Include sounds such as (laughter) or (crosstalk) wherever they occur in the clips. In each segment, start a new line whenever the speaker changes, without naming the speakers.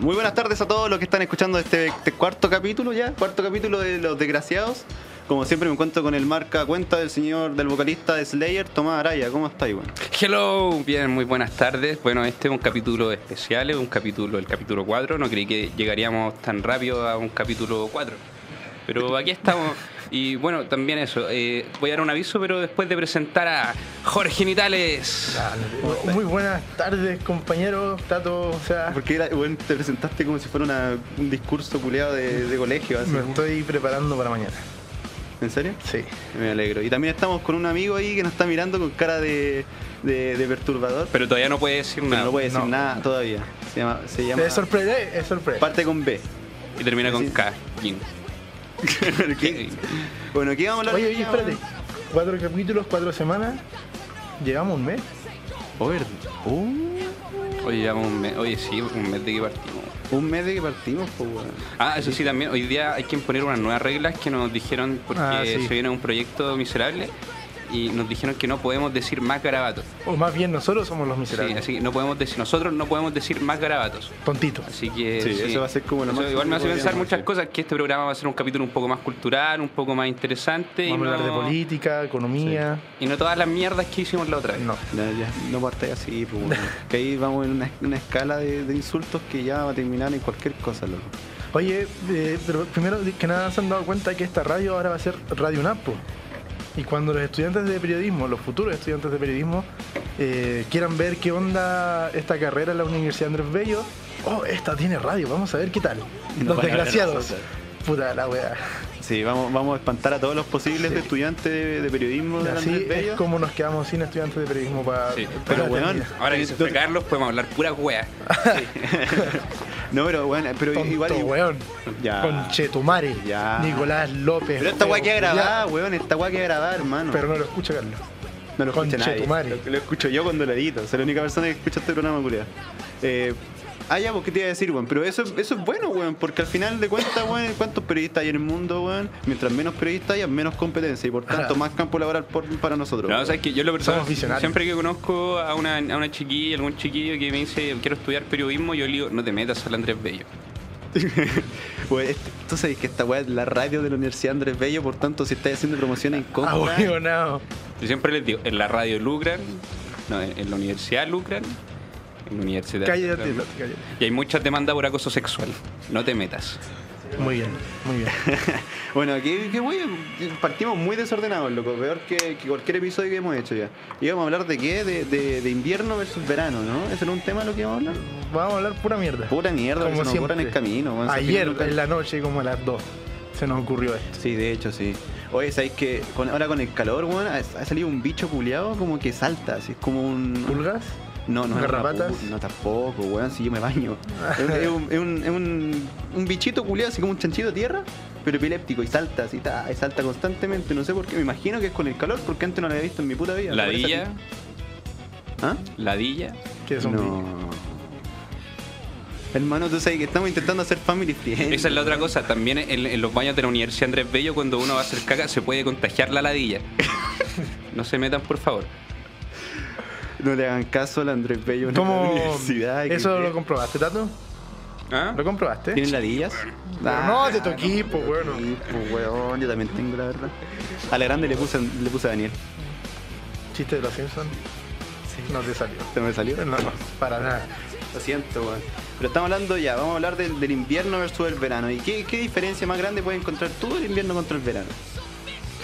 Muy buenas tardes a todos los que están escuchando este, este cuarto capítulo ya, cuarto capítulo de Los Desgraciados. Como siempre me encuentro con el marca cuenta del señor, del vocalista de Slayer, Tomás Araya. ¿Cómo está, Iván?
Hello, bien, muy buenas tardes. Bueno, este es un capítulo especial, es un capítulo, el capítulo 4. No creí que llegaríamos tan rápido a un capítulo 4. Pero aquí estamos. Y bueno, también eso. eh, voy a dar un aviso, pero después de presentar a Jorge Nitales.
Muy- Muy buenas tardes, compañeros. Tato, o sea,
Ah, Porque era, bueno, te presentaste como si fuera una- un discurso culeado de, de colegio, así.
me estoy preparando para mañana.
¿En serio?
Sí.
Me alegro. Y también estamos con un amigo ahí que nos está mirando con cara de, de- de perturbador, pero
Pero todavía no puede decir nada.
no puede decir
no.
nada todavía. Se llama, se llama
Es sorpresa, eh, es sorpresa.
parte con (laughs) B.
Y termina con
Sí.
K. Jin.
¿Qué? Bueno, ¿qué vamos a hablar?
Oye,
hoy
oye,
día?
espérate. Cuatro capítulos, cuatro semanas. Llevamos un mes.
Oh, verde. Oh,
Oye, llevamos un mes. Oye, sí, un mes de que partimos.
un mes de que partimos, pues, weón.
Ah, eso sí, también hoy día hay que imponer unas nuevas reglas que nos dijeron porque
Ah, sí.
se viene un proyecto miserable y nos dijeron que no podemos decir más garabatos.
O más bien nosotros somos los
Sí,
miserables.
así que no podemos decir, nosotros no podemos decir más garabatos.
Tontitos.
Así que
Sí, eso va a ser como lo
Eso
máximo
igual me
que
hace
podríamos
pensar muchas
hacer.
cosas que este programa va a ser un capítulo un poco más cultural, un poco más interesante
Vamos
y,
a hablar de
no,
política, economía.
y no todas las mierdas que hicimos la otra vez.
No.
Ya, ya, no partáis así, pues,
(laughs)
weón. Que ahí vamos en una, una escala de, de insultos que ya va a terminar en cualquier cosa, loco.
Oye, eh, pero primero que nada se han dado cuenta que esta radio ahora va a ser Radio Napo. Y cuando los estudiantes de periodismo, los futuros estudiantes de periodismo, eh, quieran ver qué onda esta carrera en la Universidad Andrés Bello, oh, esta tiene radio, vamos a ver qué tal.
Y nos
los
van a ver a
desgraciados.
nosotros.
Puta la weá.
Sí, vamos, vamos a espantar a todos los posibles
Sí.
de estudiantes de, de periodismo de
Así
Andrés
es
Bello.
como nos quedamos sin estudiantes de periodismo para.
Sí,
pero weón,
Ahora que se fue Carlos podemos hablar pura wea.
(laughs) No, pero bueno, pero
Tonto,
igual.
weón.
Ya.
Conchetumare.
Ya.
Nicolás López.
Pero esta weá queda
Ya,
grabada, weón, Ah, esta weá queda grabada, hermano.
Pero no lo escucha Carlos.
no lo escucha nadie.
Conchetumare.
Lo, lo escucho yo cuando lo edito. Soy la única persona que escucha este programa, culiao. Eh, ah, ya, pues, ¿qué te iba a decir, weón? Pero eso, eso es bueno, weón, porque al final de cuentas, weón, ¿cuántos periodistas hay en el mundo, weón? Mientras menos periodistas haya, menos competencia y por tanto más campo laboral por- para nosotros.
No,
weón.
o sea, es que yo lo personal,
Somos visionarios.
siempre que conozco a una, a una chiquilla, algún chiquillo que me dice quiero estudiar periodismo, yo le digo, no te metas al Andrés Bello.
Weón, este- tú sabes que esta weá es la radio de la Universidad Andrés Bello, por tanto, si estás haciendo promoción en contra.
Ah, weonado.
Yo siempre les digo, en la radio lucran, no, en, en la universidad lucran, en la universidad.
Cállate,
lucran.
cállate.
Y hay muchas demandas por acoso sexual. No te metas.
Muy bien, muy bien.
(laughs) Bueno, que, que wey, partimos muy desordenados, loco. Peor que, que cualquier episodio que hemos hecho ya. Íbamos a hablar de qué? De, de- de invierno versus verano, ¿no? ¿Ese era un tema lo que íbamos a hablar?
Vamos a hablar pura mierda.
Pura mierda,
Como
como se nos ocurre en el
siempre.
camino. weón.
Ayer,
Nunca-
en la noche, como a las 2, se nos ocurrió esto.
Sí, de hecho, sí. Oye, ¿sabéis que con- ahora con el calor, weón, ha, ha salido un bicho culeado como que salta, así es como un...
¿Pulgas?
No, no. es una
¿Garrapatas?
pu- No, tampoco, weón, si yo me baño. es un, es un, es un- es un- un bichito culeado, así como un chanchito de tierra, pero epiléptico, y salta, así, ta, y salta constantemente, no sé por qué. Me imagino que es con el calor, porque antes no lo había visto en mi puta vida. ¿Te parece a
Ladilla,
ti? ¿Ah?
ladilla.
Que es un
No. Hermano, tú sabes que estamos intentando hacer family friend.
Esa es la otra cosa. También en, en los baños de la Universidad Andrés Bello, cuando uno va a hacer caca, se puede contagiar la (laughs) ladilla. No se metan, por favor.
No le hagan caso al Andrés Bello en la
¿Cómo?
universidad. que-
¿Eso lo comprobaste, Tato?
¿Ah?
¿Lo comprobaste?
¿Tienen Ah, ladillas?
Pero no, te toquí, po, bueno.
Sí, pues, weón, yo también tengo la verdad. A la grande le puse, le puse a Daniel.
¿Chiste de los Simpsons? No te salió.
¿Se me salió?
No, no, para nada.
Lo siento, weón. Pero estamos hablando ya, vamos a hablar del, del invierno versus el verano. ¿Y qué, qué diferencia más grande puedes encontrar tú del invierno contra el verano?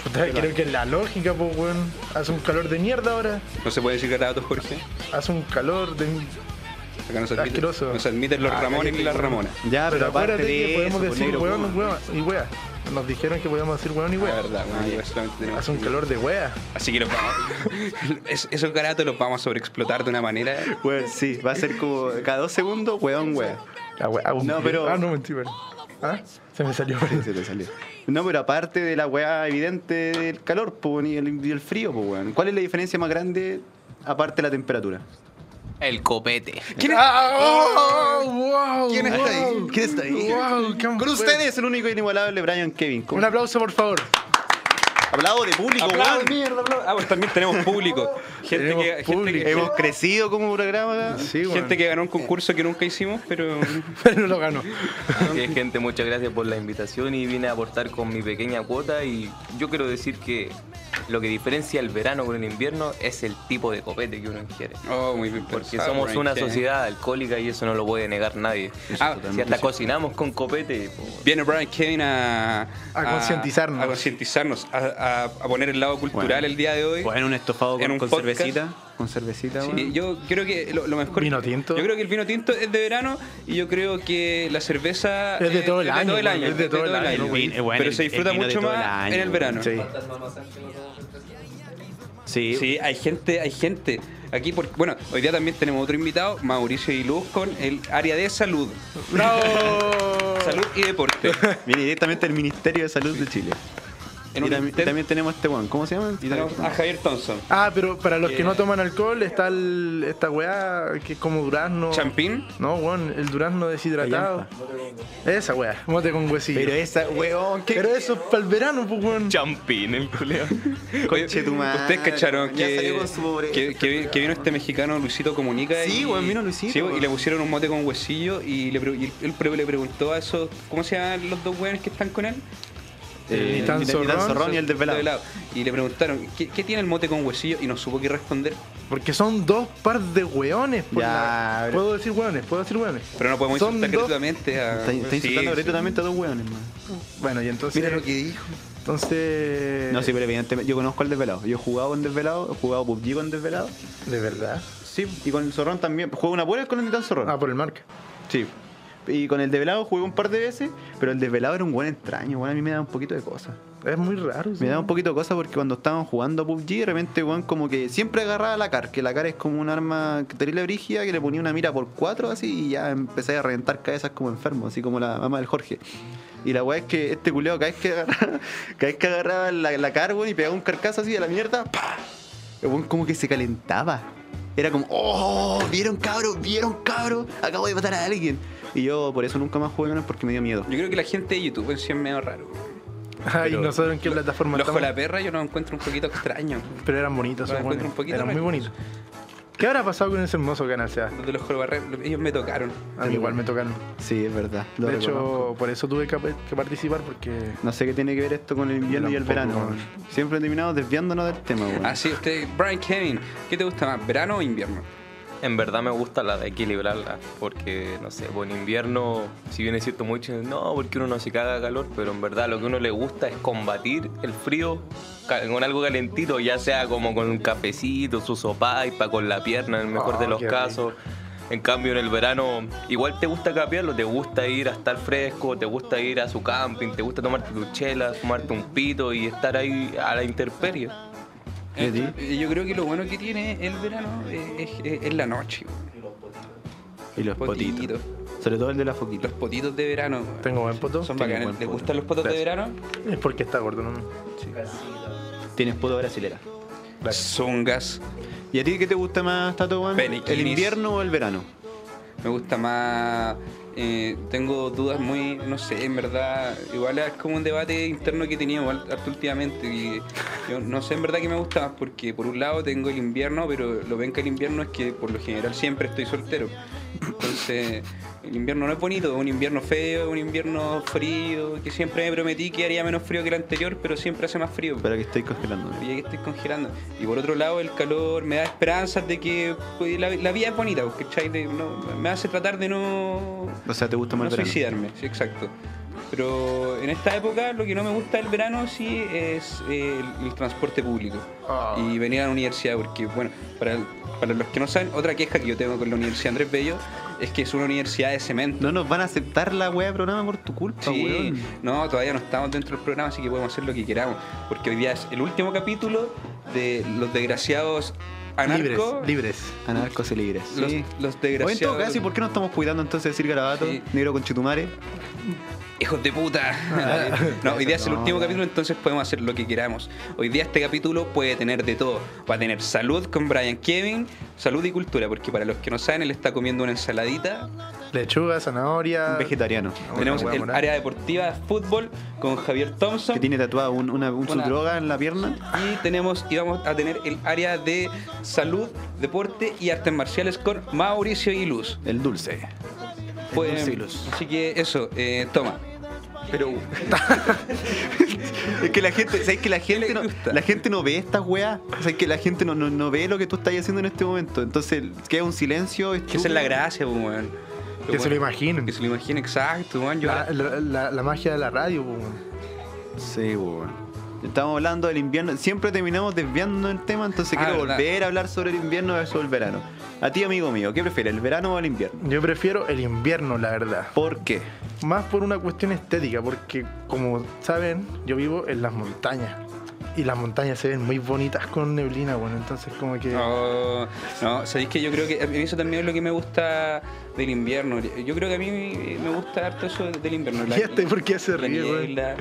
Puta, creo que la lógica, pues, weón. Hace un calor de mierda ahora.
¿No se puede decir garabatos, Jorge?
Hace un calor de.
Acá no se admiten,
Asqueroso.
no se admiten los
Ah,
Ramones ni las Ramonas.
Ya,
Pero acuérdate que podemos
pues,
decir
negro,
weón
Puma.
weón, y wea. Nos dijeron que podíamos decir weón y
La
wea.
verdad, bueno, yo solamente tenemos-
Hace un calor de wea.
Así que los vamos. (laughs) es- esos garabatos los vamos a sobreexplotar de una manera.
Weón, sí, va a ser como cada dos segundos, weón, weón.
La wea.
No, pero-
Ah, no, mentí, perdón. ¿Ah? Se me salió. perdón.
Se te salió. No, pero aparte de la weá evidente del calor po, weón, y, el, y el frío, po, weón. ¿cuál es la diferencia más grande aparte de la temperatura?
El copete.
¿Quién,
Ah, oh, wow,
¿Quién está ahí?
wow.
¿Quién está ahí?
Wow, qué
Con
fuerte.
ustedes, el único inigualable Brian Kevin.
Un aplauso, por favor.
Hablado de público,
Aplausos,
weón.
mierda, aplausos. Ah, pues también tenemos público. (laughs) Gente,
Tenemos
que, Gente,
público.
que,
Hemos crecido como programa.
Sí,
gente
bueno.
que ganó un concurso que nunca hicimos, pero.
(laughs) Pero lo ganó.
Así es, gente, muchas gracias por la invitación y vine a aportar con mi pequeña cuota y yo quiero decir que lo que diferencia el verano con el invierno es el tipo de copete que uno ingiere.
Oh, muy bien
Porque
pensado,
somos
Rey,
una
sí.
sociedad alcohólica y eso no lo puede negar nadie.
Ah,
si hasta cocinamos con copete, po,
Viene Brian Kevin a,
A concientizarnos.
a concientizarnos, a, a- a poner el lado cultural
Bueno.
el día de hoy.
Bueno, un estofado
En
con,
un
con
podcast.
cervecita. Con cervecita,
Sí,
weón.
yo creo que lo, lo mejor.
Vino tinto.
Yo creo que el vino tinto es de verano y yo creo que la cerveza
Es de
eh,
todo el año, bueno,
es de todo el año.
El vin- eh, bueno,
Pero
el-
se disfruta
el vino de
mucho
todo el
más
año,
en el verano.
sí. Sí.
Sí, hay gente, hay gente. Aquí, por, bueno, hoy día también tenemos otro invitado, Mauricio y Luz, con el área de salud. (laughs) Salud y
(laughs)
deporte.
Viene directamente del Ministerio de Salud de Chile.
En
y
un
tam-
intent-
también tenemos este weón. ¿Cómo se llama?
Y Ah, tenemos a Javier Thompson.
Ah, pero para los que no toman alcohol está el- esta weá que es como durazno.
Champín.
No, weón, el durazno deshidratado. Esa weá, mote con huesillo.
Pero
Pero,
esa, weón, qué
eso es para el verano, pues weón.
champín el culeo.
Conche tu madre,
Ustedes cacharon
Ah, ya
que,
salió con su pobreza,
que, que- que vino este mexicano Luisito Comunica.
Sí,
y,
weón, vino Luisito,
sí, y
weón.
le pusieron un mote con huesillo y, le, pre- y él pre- le preguntó a esos. ¿Cómo se llaman los dos weones que están con él?
Eh,
Ni tan
ni tan
zorrón,
zorrón y el desvelado.
Y le preguntaron, ¿qué, qué tiene el mote con huesillo? Y no supo qué responder.
Porque son dos par de weones. por
Ya,
la-
pero-
Puedo decir weones, puedo decir weones.
Pero no podemos
Son
insultar
dos-
gratuitamente a.
Está, está
Ah, Sí,
insultando
sí.
gratuitamente a dos weones, man.
Bueno, y entonces.
dijo.
Entonces.
No, sí, pero evidentemente yo conozco al desvelado. Yo he jugado con desvelado, he jugado PUBG con desvelado.
De verdad.
Sí, y con el zorrón también. Juego una pura vez con el titán zorrón.
Ah, por el marca.
Sí. Y con el desvelado jugué un par de veces, pero el desvelado era un buen extraño, bueno, a mí me daba un poquito de cosas.
Es muy raro. sí.
Me daba un poquito de cosas porque cuando estaban jugando a PUBG, de repente, weón, como que siempre agarraba la CAR, que la CAR es como un arma que terrible brígida, que le ponía una mira por cuatro así y ya empecé a reventar cabezas como enfermo, así como la mamá del Jorge. Y la weá es que este culeado cada vez que agarraba, (laughs) cada vez que agarraba la, la CAR, weón, y pegaba un carcazo así a la mierda, ¡pa! El weón como que se calentaba. Era como, ¡oh! ¿Vieron cabro? ¿Vieron cabro? Acabo de matar a alguien. Y yo por eso nunca más jugué con él porque me dio miedo.
Yo creo que la gente de YouTube en sí es medio raro.
Ay,
Pero-
no saben en qué plataforma
Los
estamos.
la perra yo los encuentro un poquito extraño.
Pero eran bonitos,
Los
son
encuentro
buenos.
un poquito
Eran muy
raros.
bonitos. ¿Qué habrá pasado con ese hermoso canal, Seba?
Los de los jolaperra, ellos me tocaron.
A mí igual me tocaron.
Sí, es verdad. lo
De
reconozco.
hecho, por eso tuve que, que participar porque.
No sé qué tiene que ver esto con el invierno y el
Tampoco,
verano.
weón.
weón. Siempre terminamos desviándonos del tema, weón.
Así, Ah, usted, Brian Kevin, ¿qué te gusta más, verano o invierno?
En verdad me gusta la de equilibrarla, porque no sé, pues en invierno, si bien es cierto mucho, no, porque uno no se caga de calor, pero en verdad lo que uno le gusta es combatir el frío ca- con algo calentito, ya sea como con un cafecito, su sopaipa, con la pierna, en el mejor
Ah,
de los
qué rico.
casos. En cambio, en el verano, igual te gusta capearlo, te gusta ir a estar fresco, te gusta ir a su camping, te gusta tomarte tu chela, fumarte un pito y estar ahí a la intemperie.
¿Y a ti?
Eh, Yo creo que lo bueno que tiene el verano es, es- es la noche. güey.
y los potitos.
potitos.
Sobre todo el de la
Los
foquita.
potitos de verano. güey.
Tengo buen poto.
Son
Tengo
bacanes.
buen
¿Les
poto.
gustan los potos de verano?
Es porque está gordo, ¿no?
Tienes poto brasilera.
Zungas.
¿Y a ti qué te gusta más, Tato, weón?
Peniquinis.
¿El invierno o el verano?
Me gusta más. eh, tengo dudas muy. No sé, en verdad. Igual es como un debate interno que he tenido igual harto últimamente. Y yo no sé en verdad que me gusta más porque, por un lado, tengo el invierno, pero lo ven que el invierno es que por lo general siempre estoy soltero. Entonces, el invierno no es bonito, es un invierno feo, es un invierno frío. Que siempre me prometí que haría menos frío que el anterior, pero siempre hace más frío.
Espera que estoy congelando.
Y que estoy congelando. Y por otro lado, el calor me da esperanzas de que pues, la, la vida es bonita, pues, ¿cachai? De no- me hace tratar de no,
O sea, ¿te gusta
no
más el verano?
suicidarme, sí, exacto. Pero en esta época lo que no me gusta del verano sí es eh, el, el transporte público
Ah.
y venir a la universidad, porque bueno, para, para los que no saben, otra queja que yo tengo con la Universidad Andrés Bello es que es una universidad de cemento.
No nos van a aceptar la weá de programa por tu culpa,
Sí,
weón.
no, todavía no estamos dentro del programa, así que podemos hacer lo que queramos. Porque hoy día es el último capítulo de Los Desgraciados anarco.
Libres, libres. Anarcos y libres.
Los,
Sí.
los
O en todo
desgraciados.
caso, ¿y por qué no estamos cuidando entonces de decir garabato,
Sí.
negro con chitumare?
Hijos de puta. (laughs) no, hoy día es el
Ah, No,
último
ya.
capítulo, entonces podemos hacer lo que queramos. Hoy día este capítulo puede tener de todo. Va a tener salud con Brian Kevin, salud y cultura, porque para los que no saben, él está comiendo una ensaladita.
Lechuga,
Ah.
zanahoria.
Vegetariano.
Una
Tenemos
hueá
el
morada.
área deportiva, fútbol, con Javier Thompson.
Que tiene tatuado un- una, un- su
Una-
droga en la pierna.
Y tenemos, y vamos a tener el área de salud, deporte y artes marciales con Mauricio y Luz.
El dulce.
Pues,
dulce y Luz.
así que eso, eh, toma.
Pero. es que la gente, ¿sabes que la gente
le
no,
gusta?
la gente no ve estas weas? ¿Sabes que la gente no, no, no ve lo que tú estás haciendo en este momento? Entonces queda un silencio.
Que esa es la gracia, pues, weón.
Que se lo imaginen.
Que se lo imaginen, exacto, weón. Yo
La, la- la- la magia de la radio, pues, po, weón.
Sí, weón. Estamos hablando del invierno. Siempre terminamos desviando el tema, entonces
Ah,
quiero
verdad.
volver a hablar sobre el invierno versus el verano. A ti, amigo mío, ¿qué prefieres, el verano o el invierno?
Yo prefiero el invierno, la verdad.
¿Por qué?
Más por una cuestión estética, porque como saben, yo vivo en las montañas. Y las montañas se ven muy bonitas con neblina, bueno, entonces como que...
Ah. No, no, sabéis que yo creo que a mí eso también es lo que me gusta del invierno. Yo creo que a mí me gusta harto eso del invierno.
¿Y este por qué se
la
ríe, weón?
niebla,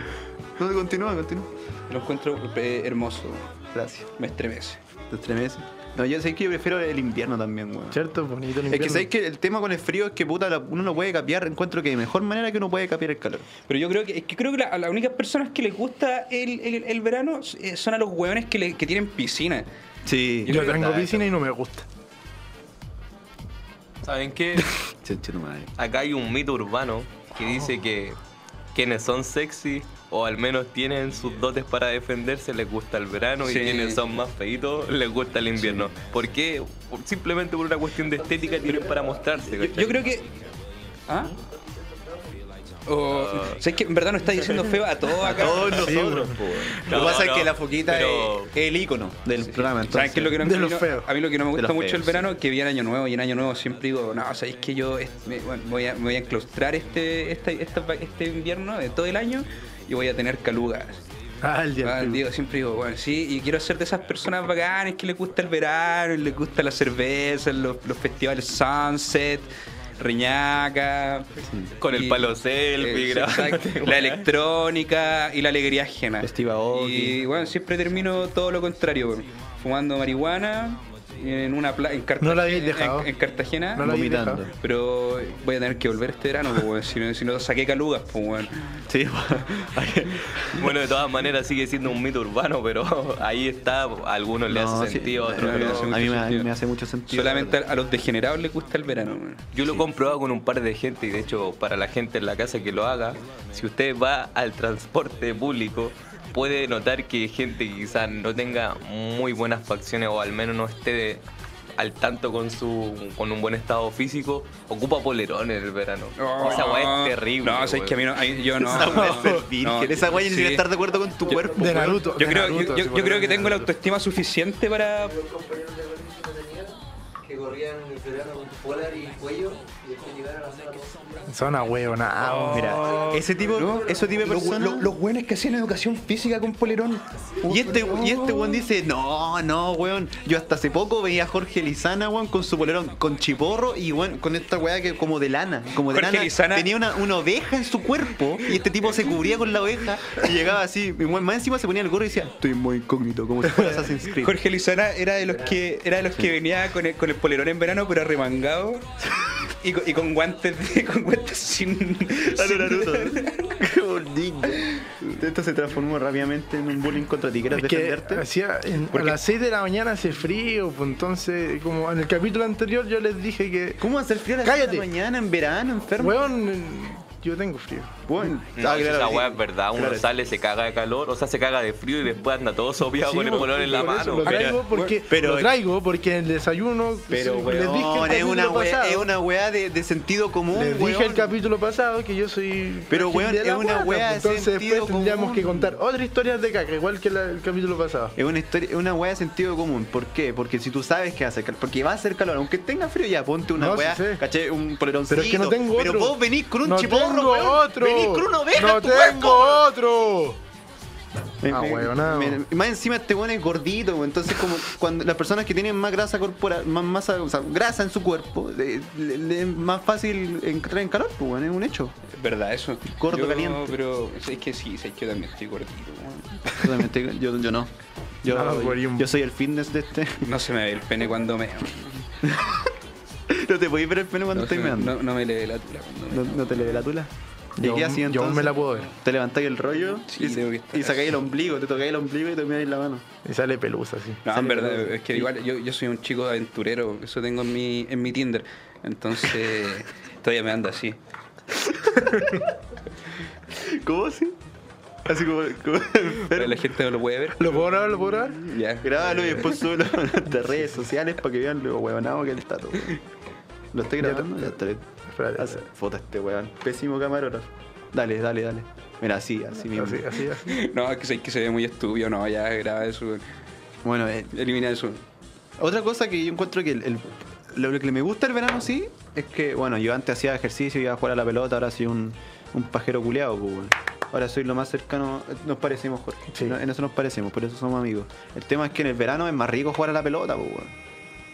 No, continúa, continúa.
Lo encuentro eh, hermoso,
Gracias.
me estremece.
Te estremeces. No, yo sé que yo prefiero el invierno también, weón.
¿Cierto? Bonito
Es
el invierno.
que sabéis que el tema con el frío es que puta, la- uno no puede capear. Encuentro que de mejor manera que uno puede capear el calor.
Pero yo creo que, es que creo que la- a las únicas personas que les gusta el, el- el verano eh, son a los hueones que, le- que tienen piscina.
Sí,
Yo tengo piscina y no me gusta.
¿Saben qué?
madre.
Acá hay un mito urbano que dice que quienes son sexy o al menos tienen sus dotes para defenderse les gusta el verano
Sí.
y quienes son más feitos les gusta el invierno. ¿Por qué? Por- Simplemente por una cuestión de estética tienen para mostrarse.
Yo,
¿cachai?
yo creo que. ¿Ah? O, ¿Sabes que en verdad no está diciendo feo a todos acá?
Todos nosotros, po, weón. Lo que
No,
pasa
no,
es que la foquita
pero-
es el icono del programa.
¿Sabes
Entonces,
qué es lo que no,
de
a mí
los
no-
feos.
A mí lo que no me
De
gusta
los
mucho
feos,
el verano es que viene Año Nuevo y en Año Nuevo siempre digo, no, sabéis que yo est- me, bueno, voy, a, me voy a enclaustrar este, este, esta- este invierno de todo el año y voy a tener calugas.
Ah, el día
Ah,
del frío.
digo, siempre digo, bueno, sí, y quiero ser de esas personas bacanas que les gusta el verano, les gusta la cerveza, los, los festivales Sunset, Reñaca.
Con el
y-
palo selfie,
eh,
grabándote, (laughs)
exacto,
weón.
La electrónica y la alegría ajena.
Steve Aoki.
Y bueno, siempre termino todo lo contrario, weón. fumando marihuana en una pla- en Cartagena.
No la habéis dejado.
En, en Cartagena.
No la habéis
vomitando.
dejado.
Pero voy a tener que volver este verano, pues, weón, si, no, si no saqué calugas, pues bueno. (laughs)
Sí,
Bueno, de todas maneras sigue siendo un mito urbano, pero ahí está. A algunos le
No,
hace
sí,
sentido, a otros
no,
le hace
no.
a mí me,
mucho
a mí
sentido.
me hace mucho sentido.
Solamente a, a los degenerados les gusta el verano, weón.
Yo lo he comprobado con un par de gente y de hecho para la gente en la casa que lo haga, si usted va al transporte público puede notar que hay gente que quizás no tenga muy buenas facciones o al menos no esté de- al tanto con su con un buen estado físico, ocupa polerones en el verano. Esa weá es terrible.
No, o sea, es que a mí
weón.
no, a mí- yo no.
(laughs) Esa
no,
weá es ser virgen.
no,
Esa weá ni
sí.
siquiera estar de acuerdo con tu cuerpo.
De
weón.
Naruto.
Yo
de
creo,
Naruto,
yo- yo,
así
yo
ponen
creo que
de
tengo la
Naruto.
autoestima suficiente para.
que corrían en el verano con polar y cuello y después llegaron a la zona
Son a huevo,
Oh.
nada.
Mira, ese tipo, ese tipo de personas.
buenos que hacían educación física con polerón.
y este, y este weón dice, no, no, weón. Yo hasta hace poco veía a Jorge Lizana, weón, con su polerón, con chiporro y weón, con esta weá que como de lana. Como de
Jorge
lana.
Lizana-
Tenía una, una oveja en su cuerpo y este tipo se cubría con la oveja y llegaba así. Y weón, más encima se ponía el gorro y decía, estoy muy incógnito, como si fuera Assassin's Creed.
Jorge Lizana era de los que era de los que venía con el, con el polerón en verano pero arremangado y, con- y con guantes de- (laughs) con guantes sin,
Ah, no,
sin-
Naruto. (laughs) Qué bonito. Esto se transformó rápidamente en un bullying contra ti. ¿Quieres
Es que
defenderte?
hacía- en- a
Porque-
las 6 de la mañana hace frío, pues entonces, como en el capítulo anterior yo les dije que,
¿Cómo hacer frío a las
Cállate.
seis de la mañana en verano, enfermo?
weón, yo tengo frío.
Bueno,
ah,
No, si Mm, esa weá es verdad, uno
Ah, Claro.
sale, se caga de calor, o sea, se caga de frío y después anda todo sopeado
Sí,
con el
por-
color en la
por eso,
mano.
Lo
weón.
traigo, porque,
pero-
lo traigo porque en el desayuno
Pero,
sí, les dije el
weón, es
capítulo
una,
pasado,
weá, es una weá de, de sentido común,
les dije
weón.
el capítulo pasado que yo soy
Pero,
virgen
weón,
de la
es una
guata,
weá de
pues, entonces
sentido
después tendríamos
común.
que contar otra historia de caca igual que la- el capítulo pasado
Es una, historia, es una weá de sentido común. ¿Por qué? Porque si tú sabes que hace calor, porque va a hacer calor, aunque tenga frío, ya ponte una
No, sí
weá,
sé.
¿cachai? Un poleroncito.
pero es que no tengo otro
Pero vos venís con un
no
chiporro,
tengo
weón.
otro
Venís con una oveja
no
en tu
tengo
cuerpo.
otro
Me-
Ah,
me-
huevonao.
me- y más encima este weón es gordito, weón. Entonces, como cuando las personas que tienen más grasa corporal, más masa, o sea, grasa en su cuerpo, le- le- le es más fácil entrar en calor, pues, weón, es un hecho.
Es (laughs) verdad eso.
Gordo,
Yo,
caliente.
Pero es que sí, sé que yo también estoy gordito. weón.
Yo, también estoy- yo, yo no. Yo,
No, weón.
yo soy el fitness de este. (laughs)
No se me ve el pene cuando me...
no te podéis ver el pene cuando
No, se
estoy
me-
meando.
no, no me le la tula cuando
No,
meo.
no te le ve la tula.
Yo
qué
aún-
así,
yo aún me la puedo ver.
Te levantáis el rollo
Sí, tengo que estar
y, y sacáis el ombligo, te tocáis el ombligo y te miráis la mano.
Y sale pelusa así.
No, en
Sale
verdad,
todo.
es que igual yo, yo soy un chico aventurero, eso tengo en mi, en mi Tinder. Entonces, (laughs) todavía me anda así.
¿Cómo así? Así como. como (laughs)
Pero la gente no lo puede ver.
¿Lo puedo grabar? ¿Lo puedo grabar?
Ya.
Grábalo y
Eh.
después
(laughs)
súbelo a nuestras redes sociales para que vean lo huevonado que está todo. Lo estoy
Ya,
grabando, ya estoy.
espérate,
Hace
espérate.
foto a este huevón. Pésimo camarógrafo. Dale, dale, dale. Mira, así, así mismo.
Así, así, así.
No, es que, se- que se ve muy estúpido, no, ya graba eso.
Bueno, eh,
Elimina eso.
Otra cosa que yo encuentro que el- el- lo, lo que me gusta el verano, sí, es que, bueno, yo antes hacía ejercicio, iba a jugar a la pelota, ahora soy un, un pajero culeado, pues, weón. Ahora soy lo más cercano, nos parecemos, Jorge.
Sí.
No- en eso nos parecemos, por eso somos amigos. El tema es que en el verano es más rico jugar a la pelota, pues, weón.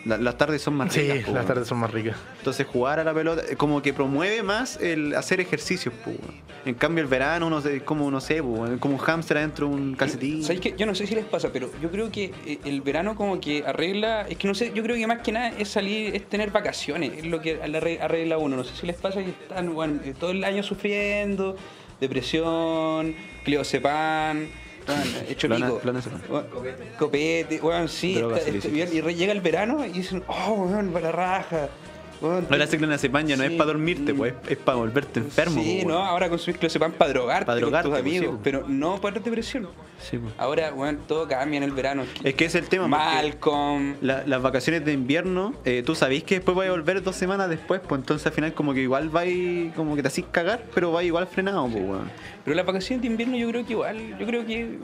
La- las tardes son más
Sí,
ricas. pues,
las
weón.
tardes son más ricas.
Entonces jugar a la pelota eh, como que promueve más el hacer ejercicios, pues, weón. En cambio el verano uno se, como no sé, pues, weón, como un hámster adentro de un calcetín.
¿Sabes qué? Yo no sé si les pasa, pero yo creo que eh, el verano como que arregla, es que no sé, yo creo que más que nada es salir, es tener vacaciones, es lo que al- arre- arregla uno. No sé si les pasa que están bueno, eh, todo el año sufriendo, depresión, cleosepan, hecho
Plana-
pico.
planacepan.
Bueno, Copete, bueno, sí,
Drogas
está- está
ilícitas.
bien, y re- llega el verano y dicen, oh, weón, para la raja. weón,
Ahora hacer clonazepam ya no
Sí.
es para dormirte, pues, es para volverte enfermo.
Sí,
pues,
no,
weón.
ahora consumís clozapam para drogarte,
Pa' drogarte,
con
pues,
tus amigos,
sí, pues.
pero no para depresión.
Sí, pues.
Ahora, bueno, todo cambia en el verano.
Es que ese es el tema,
Malcolm.
La- las vacaciones de invierno, eh, tú sabís que después vais a volver dos semanas después, pues entonces al final como que igual vais, como que te hacís cagar, pero vais igual frenado, pues, weón.
Pero las vacaciones de invierno yo creo que igual, yo creo que...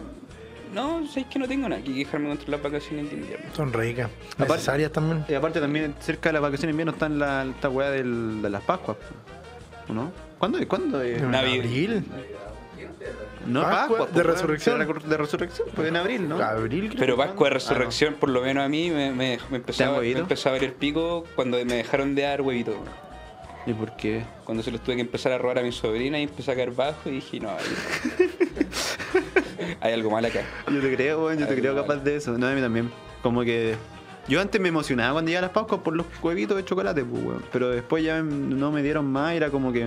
No, sé que no tengo nada que quejarme contra las vacaciones de invierno.
Son ricas.
Aparte-
Necesarias también.
Y aparte también cerca de las vacaciones de invierno están la, esta weá del- de las Pascuas, pues, ¿o ¿no? ¿Cuándo es? ¿Cuándo es?
En
Navidad.
abril.
No,
Pascua,
Pascuas,
de
pues, weón,
resurrección.
De, la- de resurrección, pues en abril, ¿no?
Abril, creo.
Pero Pascua
Ah, no.
de Resurrección, por lo menos a mí, me, me, me
¿Te
empezó,
dan
a, me
huevito?
empezó a ver el pico cuando me dejaron de dar huevito.
¿Y por qué?
Cuando se los tuve que empezar a robar a mi sobrina y empecé a caer bajo y dije, no, hay,
(laughs)
hay algo mal acá.
Yo te creo, weón, yo te
Ay,
creo
vale.
capaz de eso. No, a mí también. Como que. Yo antes me emocionaba cuando llegaba las Pascuas por los huevitos de chocolate, pues, weón. Pero después ya no me dieron más, era como que.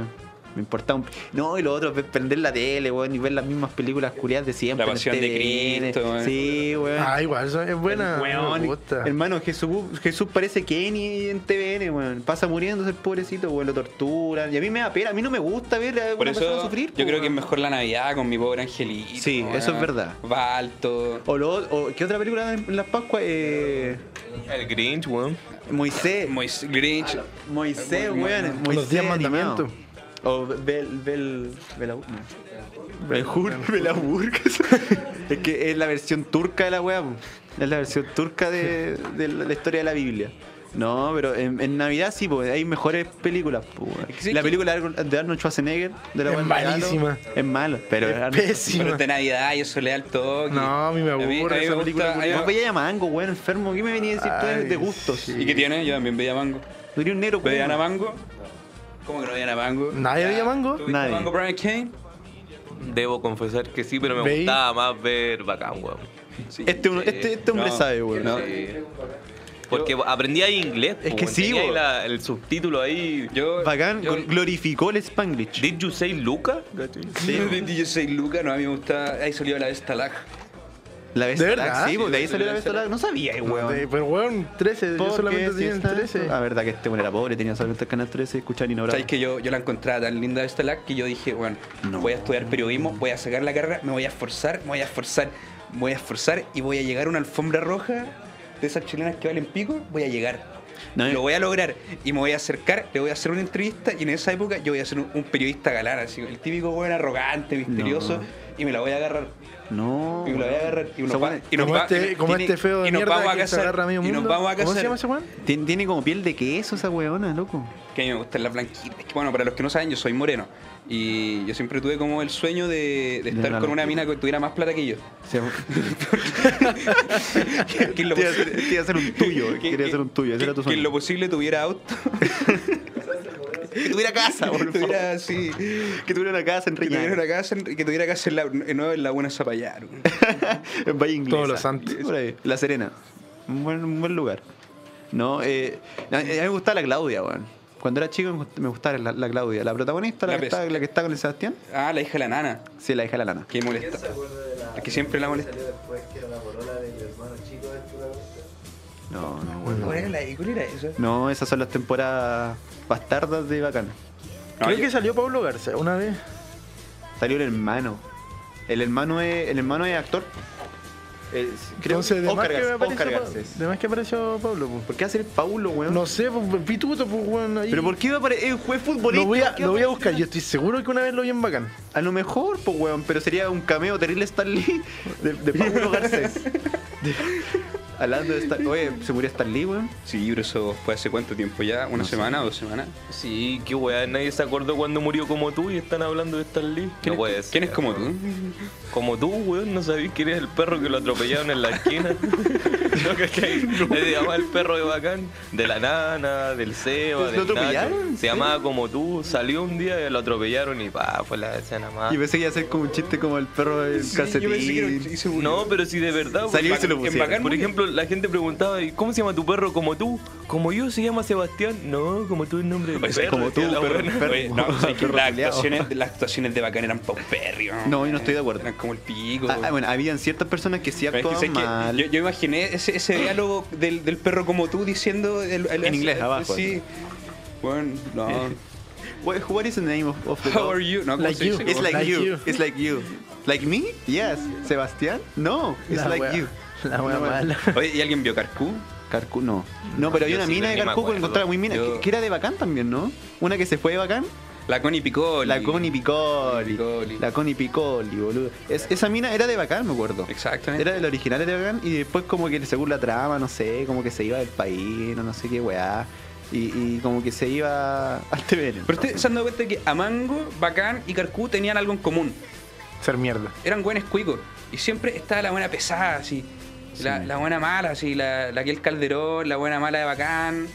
Me importaba un. No, y lo otro, es prender la tele, weón, y ver las mismas películas curiosas de siempre.
La
en el
Pasión de
TVN.
Cristo, weón.
Sí, weón.
Ah, igual, eso es buena.
Weón,
Me gusta.
hermano, Jesús, Jesús parece Kenny en TVN, weón. Pasa muriéndose el pobrecito, weón, lo torturan. Y a mí me da pena, a mí no me gusta ver a
Por
una persona
eso
sufrir.
yo
pues,
creo que es
weón.
mejor la Navidad con mi pobre angelito.
Sí, eso es verdad.
Balto.
O, lo, o- ¿Qué otra película dan en las Pascuas? Eh,
El Grinch, weón.
Moisés.
Mois Grinch.
Moisés,
Muy
weón.
bueno.
Moisés
Los diez mandamientos.
animado. O Bel. Bel. Belabur. Belhur.
(laughs)
Belabur. es que es la versión turca de la weá. po. Es la versión turca de, de la la historia de la Biblia. No, pero en, en Navidad sí, porque hay mejores películas. po, weón.
Es que sí,
la
que-
película de Arnold Schwarzenegger, de la
Es
weá del regalo,
malísima.
Es mala, pero
Es
Arnold-
pésima.
Pero esta Navidad yo soy al toque.
No, a mí me aburre
a mí
esa
me gusta, a mí me-
Vos veías a Mango, weón, enfermo. ¿Qué me venía a decir tú eres
Ay,
de gustos?
sí.
¿Y qué tiene? Yo también veía mango.
Tú eres un negro,
¿Veían a
culo.
mango? ¿Cómo que no veían a mango?
¿Nadie veía mango?
¿Tú viste
Nadie.
mango Brian Kane?
Debo confesar que sí, pero me
¿Veis?
gustaba más ver bacán, weón.
Sí.
Este, este, este hombre
No,
sabe, weón.
no.
Porque aprendía inglés.
Es
po,
que
weón.
sí,
Tenía ahí
weón.
la- el subtítulo ahí.
Yo.
Bacán
yo-
gl- glorificó el Spanglish.
¿Did you say Luca?
Sí,
(laughs) Yo de DJ 6 Luca, no, a mí me gusta. Ahí salió la vez Talag.
La vez
¿De
Talag,
verdad?
sí, pues, de ahí salió la
Sí,
vez Talag. No sabía,
Eh,
weón.
Pero weón, 13. Yo solamente
Porque si
tenía el
está-
13.
La verdad que este bueno era pobre, tenía solamente el canal 13, escuchar ni no
¿Sabes que yo, yo la encontraba tan linda de esta lac que yo dije, bueno,
No.
voy a estudiar periodismo, voy a sacar la carrera, me voy a esforzar, me voy a esforzar, me voy a esforzar y voy a llegar a una alfombra roja de esas chilenas que valen pico, voy a llegar.
No, eh.
Lo voy a lograr y me voy a acercar, le voy a hacer una entrevista y en esa época yo voy a ser un, un periodista galán, así, el típico buen arrogante, misterioso, y me la voy a agarrar.
No.
Y me la voy a agarrar. Y nos,
Ese
va-
weón
y nos
como
va-
este, como
tiene-
este feo de
y nos
mierda
vamos a
que se
casar.
agarra a medio
Y
mundo.
nos vamos a
¿Cómo se
casar.
llama ese weón?
Tiene, tiene como piel de queso esa weona, loco.
Que a mí me gustan las blanquitas. Es que, bueno, para los que no saben, yo soy moreno. Y yo siempre tuve como el sueño de, de
De
estar
la
con una
blanquita.
mina que tuviera más plata
(laughs)
que yo.
Se-
(laughs) que en lo
Te iba a
posible-
hacer- te iba a hacer un
(laughs)
tuyo,
que-
quería
que-
hacer un tuyo, ese
que-
era tu
Que en
sueño.
lo posible tuviera
(laughs)
auto. que tuviera casa, por Que tuviera así. (laughs)
que
Que
tuviera una casa en Reñaca.
tuviera una casa, en- que tuviera casa en la, en- no, en la buena Zapallar. güey.
en Valle Inglesa.
Todos los santos.
Por ahí, La Serena. Un buen, un buen lugar. No, eh, a, a mí me gustaba la Claudia, weón. Cuando era chico me gust- me gustaba la, la Claudia. La protagonista, la,
La
que
pez.
está, la que está con el Sebastián.
Ah, la hija de la nana.
Sí, la hija de la lana.
Que molesta. Es que siempre la molesta.
Salió después que era la bolola del hermano chico de este protagonista.
No, no, bueno.
¿Cuál era eso?
No, esas son las temporadas bastardas de Bacana.
No,
Creo
yo-
que salió Pablo Garza una vez.
Salió el hermano. El hermano es, el hermano es actor. Es- creo
Entonces, de más,
Oscar,
que
Garces, Oscar
apareció,
Garces.
Pa- de más que apareció Pablo. pues.
¿Por qué hacer Paulo, weón?
No sé, pues, pituto, pues, weón. ahí.
¿Pero por qué iba a aparecer? Es juez futbolista.
Lo voy, a,
¿qué
lo voy a
apareció?
buscar, yo estoy seguro que una vez lo vi en bacán.
A lo mejor, pues, weón, pero sería un cameo terrible Stan Lee de, de Pablo
(laughs)
Garcés. Hablando de Stan Oye, se murió Stan Lee, weón.
Sí, pero eso fue hace cuánto tiempo ya, una semana o dos semanas.
Sí, qué weá, nadie se acordó cuando murió como tú y están hablando de Stan Lee.
¿Quién,
no puede
es, ¿quién
ser,
es como
weón.
tú?
Como tú, weón, no sabías quién es el perro que lo atropellaron en la esquina.
(laughs)
no, ¿cachai? Le llamaba el perro de bacán, de la nana, del
¿Lo
Seba, del
atropellaron?
Nacho.
¿En
Se
serio?
llamaba como tú, salió un día y lo atropellaron y pa, fue la escena más.
Y pensé que iba a hacer como un chiste como el perro del calcetín.
No, pero sí de verdad.
Salió
weón.
y se lo
En
pusieron.
Bacán, Por ejemplo, la gente preguntaba, ¿y ¿cómo se llama tu perro? ¿Como tú? ¿Como yo se llama Sebastián? No, como tú el nombre del
Oye,
perro.
como tú,
decía la
perro,
buena.
perro.
Oye, no, sé que
Perro
las
culiao.
actuaciones, las actuaciones de Bacán eran paupérrimas.
No, yo no estoy de acuerdo.
Eran como el pico.
Ah, ah, bueno, habían ciertas personas que sí
Pero es que
actuaban
sé que
mal.
yo, yo imaginé ese, ese diálogo del, del perro como tú diciendo el- el-
En inglés,
el-
abajo,
Sí. Bueno,
(laughs)
no.
What, what is the name of, of the
(laughs) How
dog?
are you? No, ¿cómo
Like
se dice?
you.
It's like,
Like
you.
you.
It's like you. Like me? Yes. Sebastián? No. It's
La
like
wea-
you.
La wea
No, bueno.
mala. (laughs)
Oye, ¿y alguien vio Carcú?
Carcu, no. No, pero había
yo
una
sí,
mina de
ni me
Carcu que
acuerdo.
encontraba muy mina,
Yo-
que, que era de Bacán también, ¿no? Una que se fue de Bacán.
La Connie Piccoli.
La Connie Piccoli.
Piccoli.
La Connie Piccoli, boludo. Es- esa mina era de Bacán, me acuerdo.
Exactamente.
Era de la original de Bacán y después como que según la trama, no sé, como que se iba del país, no, no sé qué weá. Y, y como que se iba (laughs) al TVN.
Pero ustedes se han dado cuenta que Amango, Bacán y Carcú tenían algo en común.
Ser mierda.
Eran buenos cuicos. Y siempre estaba la buena pesada, así. La, la buena mala, así. La, la que el Calderón, la buena mala de Bacán,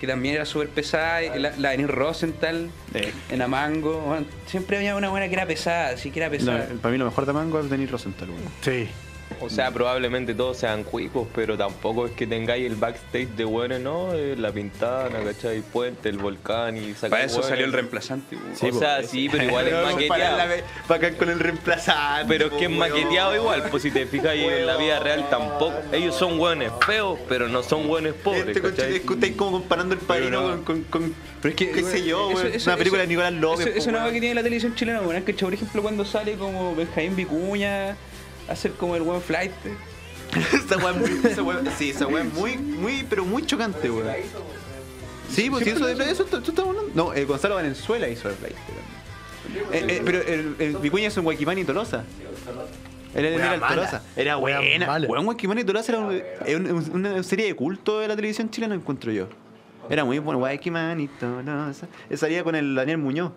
que también era súper pesada. y La, la Denise Rosenthal,
Eh.
en Amango. Bueno, siempre había una buena que era pesada, así que era pesada.
Lo- para mí lo mejor de Mango es Denis Rosenthal, weón.
Sí.
O sea, probablemente todos sean cuicos, pero tampoco es que tengáis el backstage de hueones, ¿no? Eh, la pintana, ¿cachai? Puente, el volcán y sacar
Para eso
hueones.
salió el reemplazante. güey.
o sea, sí, (laughs) pero igual es
(laughs)
maqueteado.
Bacán con el reemplazante. Este
Pero es que es maqueteado igual,
(laughs)
pues si te fijas ahí en la vida real tampoco. Ellos son hueones feos, pero no son hueones pobres,
Este coche
¿cachai?
que estáis como comparando el padrino
Pero
con,
no.
con, con-
Pero es que,
qué
bueno,
sé yo,
eso-
weón.
eso-
una película
eso-
de Nicolás López.
Eso,
po,
eso no es
weón.
lo que tiene la televisión chilena, weón. Es que, por ejemplo, cuando sale como Benjamín Vicuña, hacer como el One Flight.
esa weá es muy- esa weá- sí, esa weá es muy, muy, pero muy chocante, weón. Sí, pues sí, eso, de eso tú, tú estás hablando. No, eh, Gonzalo Valenzuela hizo el play. Eh, eh, pero el, el Vicuña es un Guaquimán y Tolosa. Él él era el Tolosa. Era
Wea
buena.
mala.
Weón, Guaquimán y Tolosa era un- es un- un- una serie de culto de la televisión chilena, encuentro yo. Era muy bueno, Guaquimán y Tolosa. Eh, Salía con el Daniel Muñoz,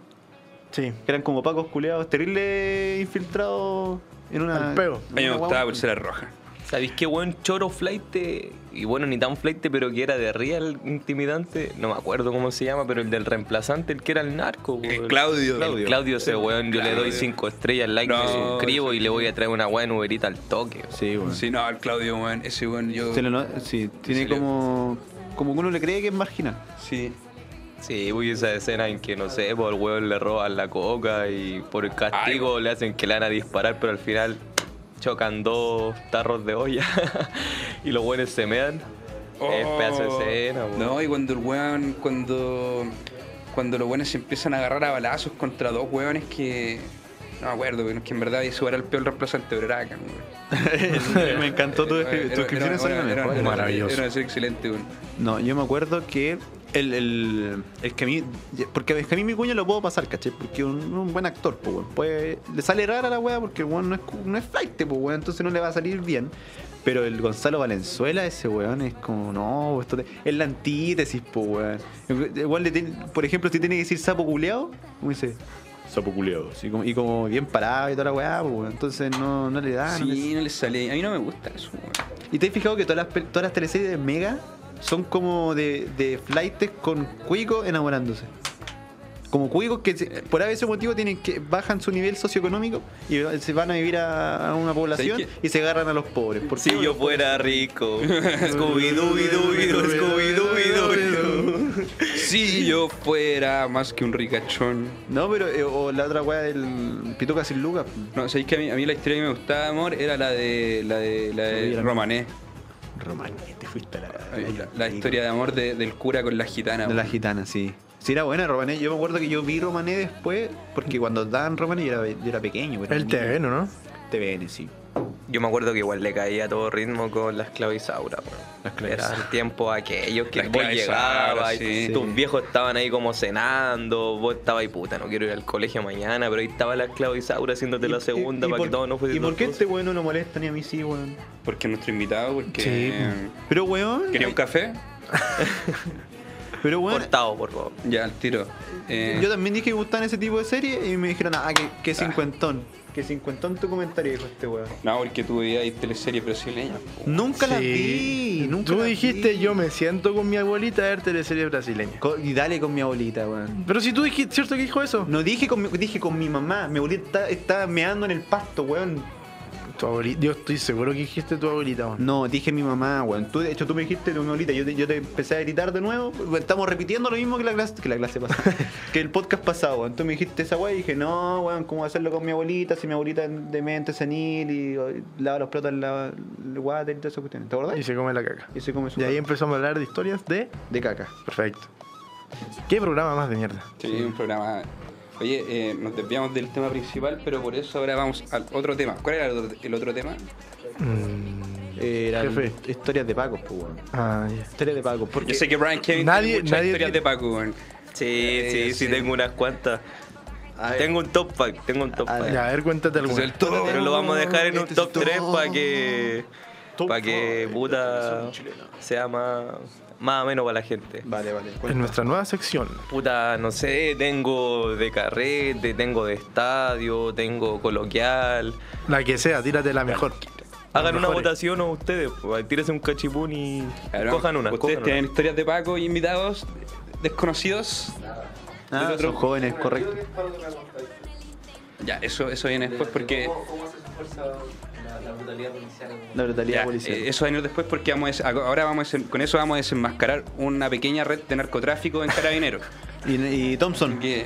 Sí.
que eran como pacos culeados, terribles infiltrados en una.
Al peo.
en
A mí me
una
gustaba
guagua.
Pulsera Roja.
¿Sabéis qué buen choro flaite? Y bueno, ni tan flaite, pero que era de real intimidante. No me acuerdo cómo se llama, pero el del reemplazante, el que era el narco.
El
weón.
Claudio.
El Claudio. ese weón, yo le doy
Claudio.
cinco estrellas, like, me
No,
suscribo y le voy a traer una weá en Uberita al toque. weón.
Sí, weón.
Sí, no, el Claudio, weón. Ese weón, yo.
Se le no- sí,
Se
tiene
le-
como. Como que uno le cree que es
(laughs)
marginal.
Sí.
Sí, uy, esa escena en que, no sé, por el weón le roban la coca y por el castigo le hacen que le van a disparar, pero al final chocan dos tarros de olla (laughs) y los weones se mean. Es pedazo de escena, weón.
Oh. No, y cuando el weón. Cuando. Cuando los weones se empiezan a agarrar a balazos contra dos weones que. No me acuerdo, weón, que en verdad eso era el peor reemplazante, pero era acá, weón.
me encantó tu, descri-
Era-
tu descripción.
era-
sobre
era-
la
era-
mejor.
era-
Maravilloso.
Era era excelente, weón.
No, yo me acuerdo que el, el, el que a mí, porque es que a mí mi cuño lo puedo pasar, ¿cachai? Porque es un, un buen actor, pues, weón. Pues, le sale rara la weá porque, weón, no es, cu- no es flight, pues, weón, entonces no le va a salir bien. Pero el Gonzalo Valenzuela, ese weón, es como, no, esto te- es la antítesis, pues, weón. Igual, le tiene- por ejemplo, si tiene que decir sapo culeado, como dice, sapo culeado, así como- y como bien parado y toda la weá, pues, weón. Entonces no, no le da, Ah, no le
sí, no le sale. A mí no me gusta eso, weón.
¿Y te has fijado que todas las, pel- todas las teleseries de Mega son como de, de flightes con cuicos enamorándose? Como cuicos que se- por ese motivo tienen que bajan su nivel socioeconómico y se van a vivir a, a una población
¿Sabes
y se agarran a los pobres. Por
Si
pues.
yo fuera rico.
(laughs)
scooby dooby dooby scooby
Si yo fuera más que un ricachón.
No, pero eh, o la otra weá del Pituca sin Lucas.
No, sabéis que a mí, a mí la historia que me gustaba, amor, era la de la de, la de
Sí, la-
Romané.
Román, te fuiste a la, a
La, la
película.
historia de amor de- del cura con la gitana.
De la
weón.
gitana, sí. Sí, era buena Romané. Yo me acuerdo que yo vi Romané después, porque cuando daban Romané yo era, yo era pequeño. era
El
niño.
TVN, ¿no?
TVN, sí.
Yo me acuerdo que igual le caía a todo ritmo con las clavisaura.
Las
Era
clavisaura.
el tiempo aquellos que
Las
vos
clavisaura,
llegabas y
sí.
tus viejos estaban ahí como cenando, vos estabas ahí, puta, no quiero ir al colegio mañana, pero ahí estaba la clavisaura haciéndote la segunda
y
para
por-
que todo no
¿Y
fuese
por qué
tortuoso.
este weón no lo molesta ni a mí sí, weón?
Porque nuestro invitado, porque.
Sí.
Pero weón. eh,
¿Quería un café?
Pero weón.
cortado, por favor?
Ya, al tiro. Eh,
Yo también dije que me gustaban ese tipo de series y me dijeron, ah, que, que cincuentón. Que cincuentón tu comentario, dijo este weón.
No, porque tú veías teleseries brasileñas. po.
Nunca las
Sí.
vi, nunca
Tú
las
dijiste,
vi.
yo me siento con mi abuelita a ver teleseries brasileñas.
Co- Y dale con mi abuelita, weón.
Pero si tú dijiste, ¿cierto que dijo eso?
No dije con mi, dije con mi mamá, mi abuelita está- estaba meando en el pasto, weón.
Tu abuelita, yo estoy seguro que dijiste tu abuelita, weón.
No, dije mi mamá, weón. Tú, de hecho, tú me dijiste lo mi abuelita. Yo te, yo te empecé a gritar de nuevo. Estamos repitiendo lo mismo que la clase, que la clase pasada.
(laughs)
que el podcast pasado, weón. Tú me dijiste esa weá y dije, no, weón, ¿cómo hacerlo con mi abuelita? Si mi abuelita es demente, senil y, o- y lava los platos en la el water y todas esas cuestiones. ¿Te acordás?
Y se come la caca.
Y se come su
Y ahí
plato
empezamos a hablar de historias de...
de caca.
Perfecto. ¿Qué programa más de mierda?
Sí, un programa. Oye, eh, nos desviamos del tema principal, pero por eso ahora vamos al otro tema. ¿Cuál era el otro, el otro tema?
Mm.
Eran
Jefe.
historias de Paco, pues, weón.
Ah, ya.
Historias de Paco. Porque
Yo sé que Brian Kevin
Nadie-
tiene muchas
nadie
historias
tiene-
de Paco, weón.
Sí,
Eh,
sí, sí,
sí.
tengo unas cuantas.
A ver.
Tengo un top pack, tengo un top
A ver.
pack.
Ya, a ver, cuéntate
Entonces, el
alguna.
todo-
Pero lo vamos a dejar en un
Este es
top
todo.
3 para que.
Top
Para que
five, Este
puta
la televisión chilena.
sea más, más ameno para la gente.
Vale, vale.
En nuestra nueva sección.
Puta, no sé, tengo de carrete, tengo de estadio, tengo coloquial.
La que sea, tírate la mejor.
Hagan una
Mejores.
votación o ustedes, pues, tírense un cachipún y
Claro,
cojan una.
Ustedes
cojan
tienen
una.
historias de Paco y invitados desconocidos.
Ah, son jóvenes, correcto.
Ya, eso, eso viene después porque.
¿Cómo, cómo se esfuerza la, la brutalidad policial?
La brutalidad
ya,
policial.
eh, eso viene después porque vamos a des- ahora vamos a desen- con eso vamos a desenmascarar una pequeña red de narcotráfico en
(laughs)
Carabineros.
Y, y Thompson.
que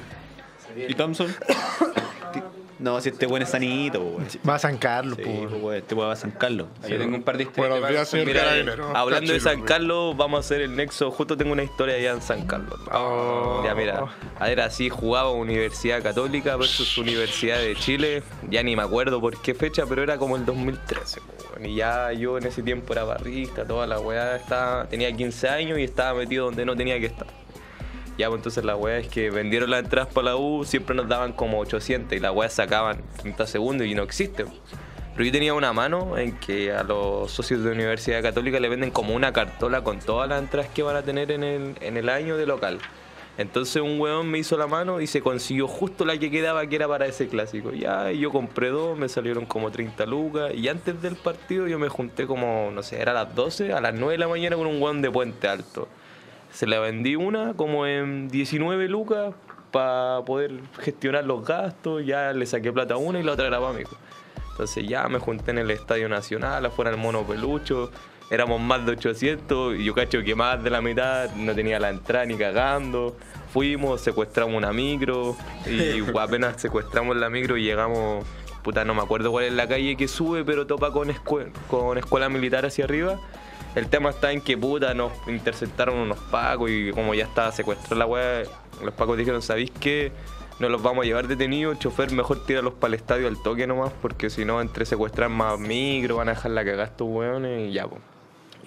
¿Y Thompson? (coughs) no, si este weón es sanito, po, weón. Sí,
Va a pues. San Carlos,
po,
po.
weón, Este weón va a San Carlos.
yo tengo un par de historias.
Buenos
de
días,
Paco.
señor
Mira, eh,
Carabinero.
hablando de
Cacho,
San Carlos, vamos a hacer el nexo. Justo tengo una historia allá en San Carlos.
Oh.
Ya, mira, era así, jugaba Universidad Católica versus Universidad de Chile. Ya ni me acuerdo por qué fecha, pero era como el 2013. po, weón. Y ya yo en ese tiempo era barrista, toda la weá. Estaba, tenía 15 años y estaba metido donde no tenía que estar. Ya, pues entonces la weá es que vendieron las entradas para la U, siempre nos daban como 800 y la weá sacaban 30 segundos y no existe. po. Pero yo tenía una mano en que a los socios de Universidad Católica le venden como una cartola con todas las entradas que van a tener en el, en el año de local. Entonces un weón me hizo la mano y se consiguió justo la que quedaba que era para ese clásico. Ya, y yo compré dos, me salieron como 30 lucas. Y antes del partido yo me junté como, no sé, era a las 12, a las 9 de la mañana con un weón de Puente Alto. Se la vendí una como en 19 lucas para poder gestionar los gastos. Ya le saqué plata a una y la otra era para mí. Entonces ya me junté en el Estadio Nacional, afuera el Mono Pelucho. Éramos más de 800 y yo cacho que más de la mitad no tenía la entrada ni cagando. Fuimos, secuestramos una micro y apenas secuestramos la micro y llegamos... Puta, no me acuerdo cuál es la calle que sube, pero topa con, escue- con escuela militar hacia arriba. El tema está en que puta nos interceptaron unos pacos y como ya estaba secuestrada la weá, los pacos dijeron, ¿sabéis qué? No los vamos a llevar detenidos, chofer, mejor tíralos para el estadio al toque nomás, porque si no, entre secuestrar más micro, van a dejar la cagada estos weones y ya, po.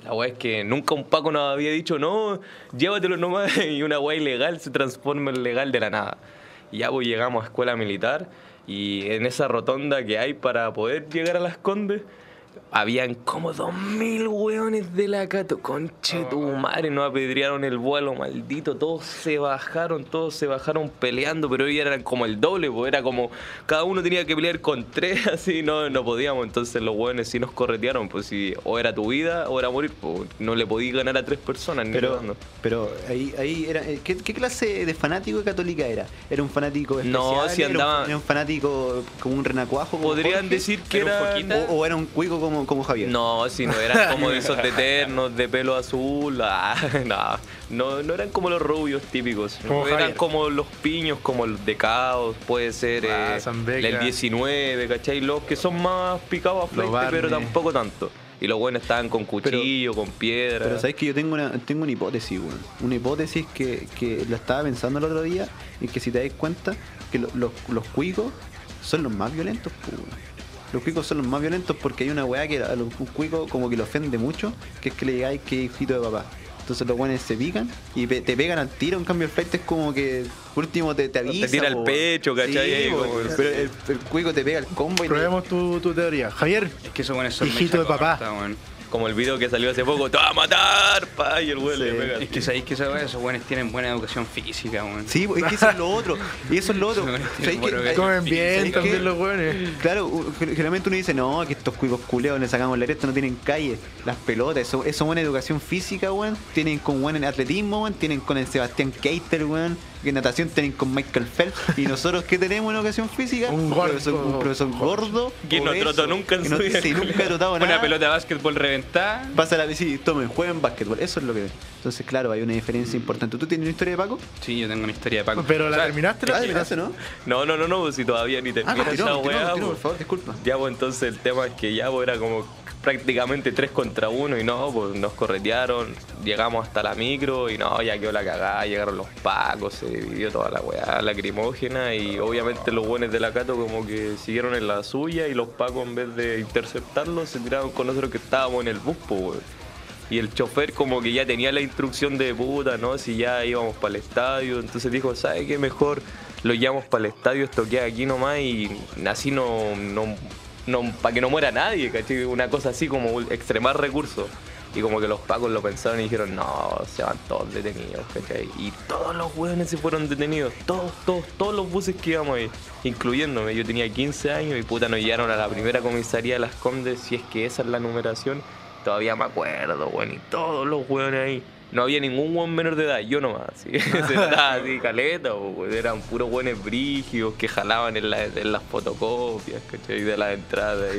La weá es que nunca un Paco nos había dicho, no, llévatelo nomás. (laughs) Y una weá ilegal se transforma en legal de la nada. Y ya pues llegamos a escuela militar y en esa rotonda que hay para poder llegar a las Condes, habían como dos mil weones de la Cato. Conche tu madre, nos apedrearon el vuelo, maldito. Todos se bajaron, todos se bajaron peleando, pero hoy eran como el doble, pues era como cada uno tenía que pelear con tres, (laughs) así no, no podíamos. Entonces los weones sí nos corretearon, pues si o era tu vida o era morir, pues, no le podías ganar a tres personas. ni
Pero,
cagando.
pero ahí, ahí era. eh, ¿qué, qué clase de fanático católica era? ¿Era un fanático especial?
No, si
¿Era un-
andaba-
¿Era un fanático como un renacuajo? como
Podrían
Jorge?
decir que
¿Era un
era-
Joaquita? O, o era un cuico como, como Javier?
No, si no eran como de esos de eternos, de pelo azul. ah, (laughs) no, no, no eran como los rubios típicos.
Como
eran
Javier.
como los piños, como el de Caos, puede ser
Ah,
eh,
Zambeca.
el 19, ¿cachai? Los que son más picados a
Los
frente,
Barney.
pero tampoco tanto. Y los buenos estaban con cuchillo, con piedra.
Pero sabes que yo tengo una, tengo una hipótesis, weón. Una hipótesis que, que la estaba pensando el otro día y que si te das cuenta, que lo- los, los cuicos son los más violentos, pues, weón. Los cuicos son los más violentos porque hay una weá que a los cuicos como que lo ofende mucho, que es que le digáis que es hijito de papá. Entonces los weones se pican y pe- te pegan al tiro, en cambio el flight es como que por último te, te avisa.
tira al
po, weón.
pecho, ¿cachai?
Sí,
Ahí
po,
como-
pero el, el cuico te pega el combo y te-
Probemos tu, tu teoría. Javier,
Es que esos buenos son
Hijito
mecha
de papá.
corta, weón.
Como el video que salió hace poco, ¡te va a matar! Pa! Y el güey le
Sí.
pega.
Es que sabéis que esa weá, esos buenos tienen buena educación física, weón.
Sí, po, es que eso es lo otro. Y eso es lo
(laughs)
otro.
Esos buenos
¿Sabes
tienen
que-
buena
comen
educación
bien
física,
también
que-
los hueones.
(laughs) Claro, u- generalmente uno dice, no, que estos cuicos culeos le sacamos la cresta, no tienen calle, las pelotas, eso, eso buena educación física, weón, tienen con buen atletismo, weón, tienen con el Sebastián Keitel, weón, que en natación tienen con Michael Phelps, y nosotros ¿qué tenemos en educación física,
Un
profesor,
gordo.
un profesor gordo,
Que no
obeso,
trotó nunca en
que
su
no-
vida.
sí, nunca ha
(laughs)
trotado
Buena
nada.
pelota de básquetbol reventada.
Pasa la bici, tomen, jueguen básquetbol, eso es lo que ven. Entonces, claro, hay una
Mm.
diferencia importante. ¿Tú tienes una historia de Paco?
Sí, yo tengo una historia de Paco.
Pero la
O sea,
terminaste.
Ah,
la-
de verdad, ¿no?
No, no, no, no, si todavía ni
Ah,
termina
continuó,
esa
continuó,
weá,
continuó, por
po.
favor, disculpa.
Ya, pues entonces el tema es que ya pues, era como prácticamente tres contra uno y no, pues nos corretearon, llegamos hasta la micro y no, ya quedó la cagada, llegaron los pacos, se dividió toda la weá lacrimógena y obviamente los buenos de la Cato como que siguieron en la suya y los pacos en vez de interceptarlos se tiraron con nosotros que estábamos en el bus, pues, weón. Y el chofer como que ya tenía la instrucción de puta, ¿no? Si ya íbamos para el estadio. Entonces dijo, ¿sabe qué? Mejor lo llevamos para el estadio, esto queda aquí nomás y así no... no, no para que no muera nadie, ¿cachai? Una cosa así como extremar recursos. Y como que los pacos lo pensaron y dijeron, no, se van todos detenidos, ¿cachai? Y todos los hueones se fueron detenidos, todos, todos, todos los buses que íbamos ahí, incluyéndome. Yo tenía 15 años y puta, nos llegaron a la primera comisaría de las Condes, si es que esa es la numeración. Todavía me acuerdo, weón, y todos los weones ahí. No había ningún weón menor de edad, yo nomás, (laughs) ¿sí? sentado así, caleta, po, weón. eran puros weones brígidos que jalaban en, la- en las fotocopias, ¿cachai? De las entradas.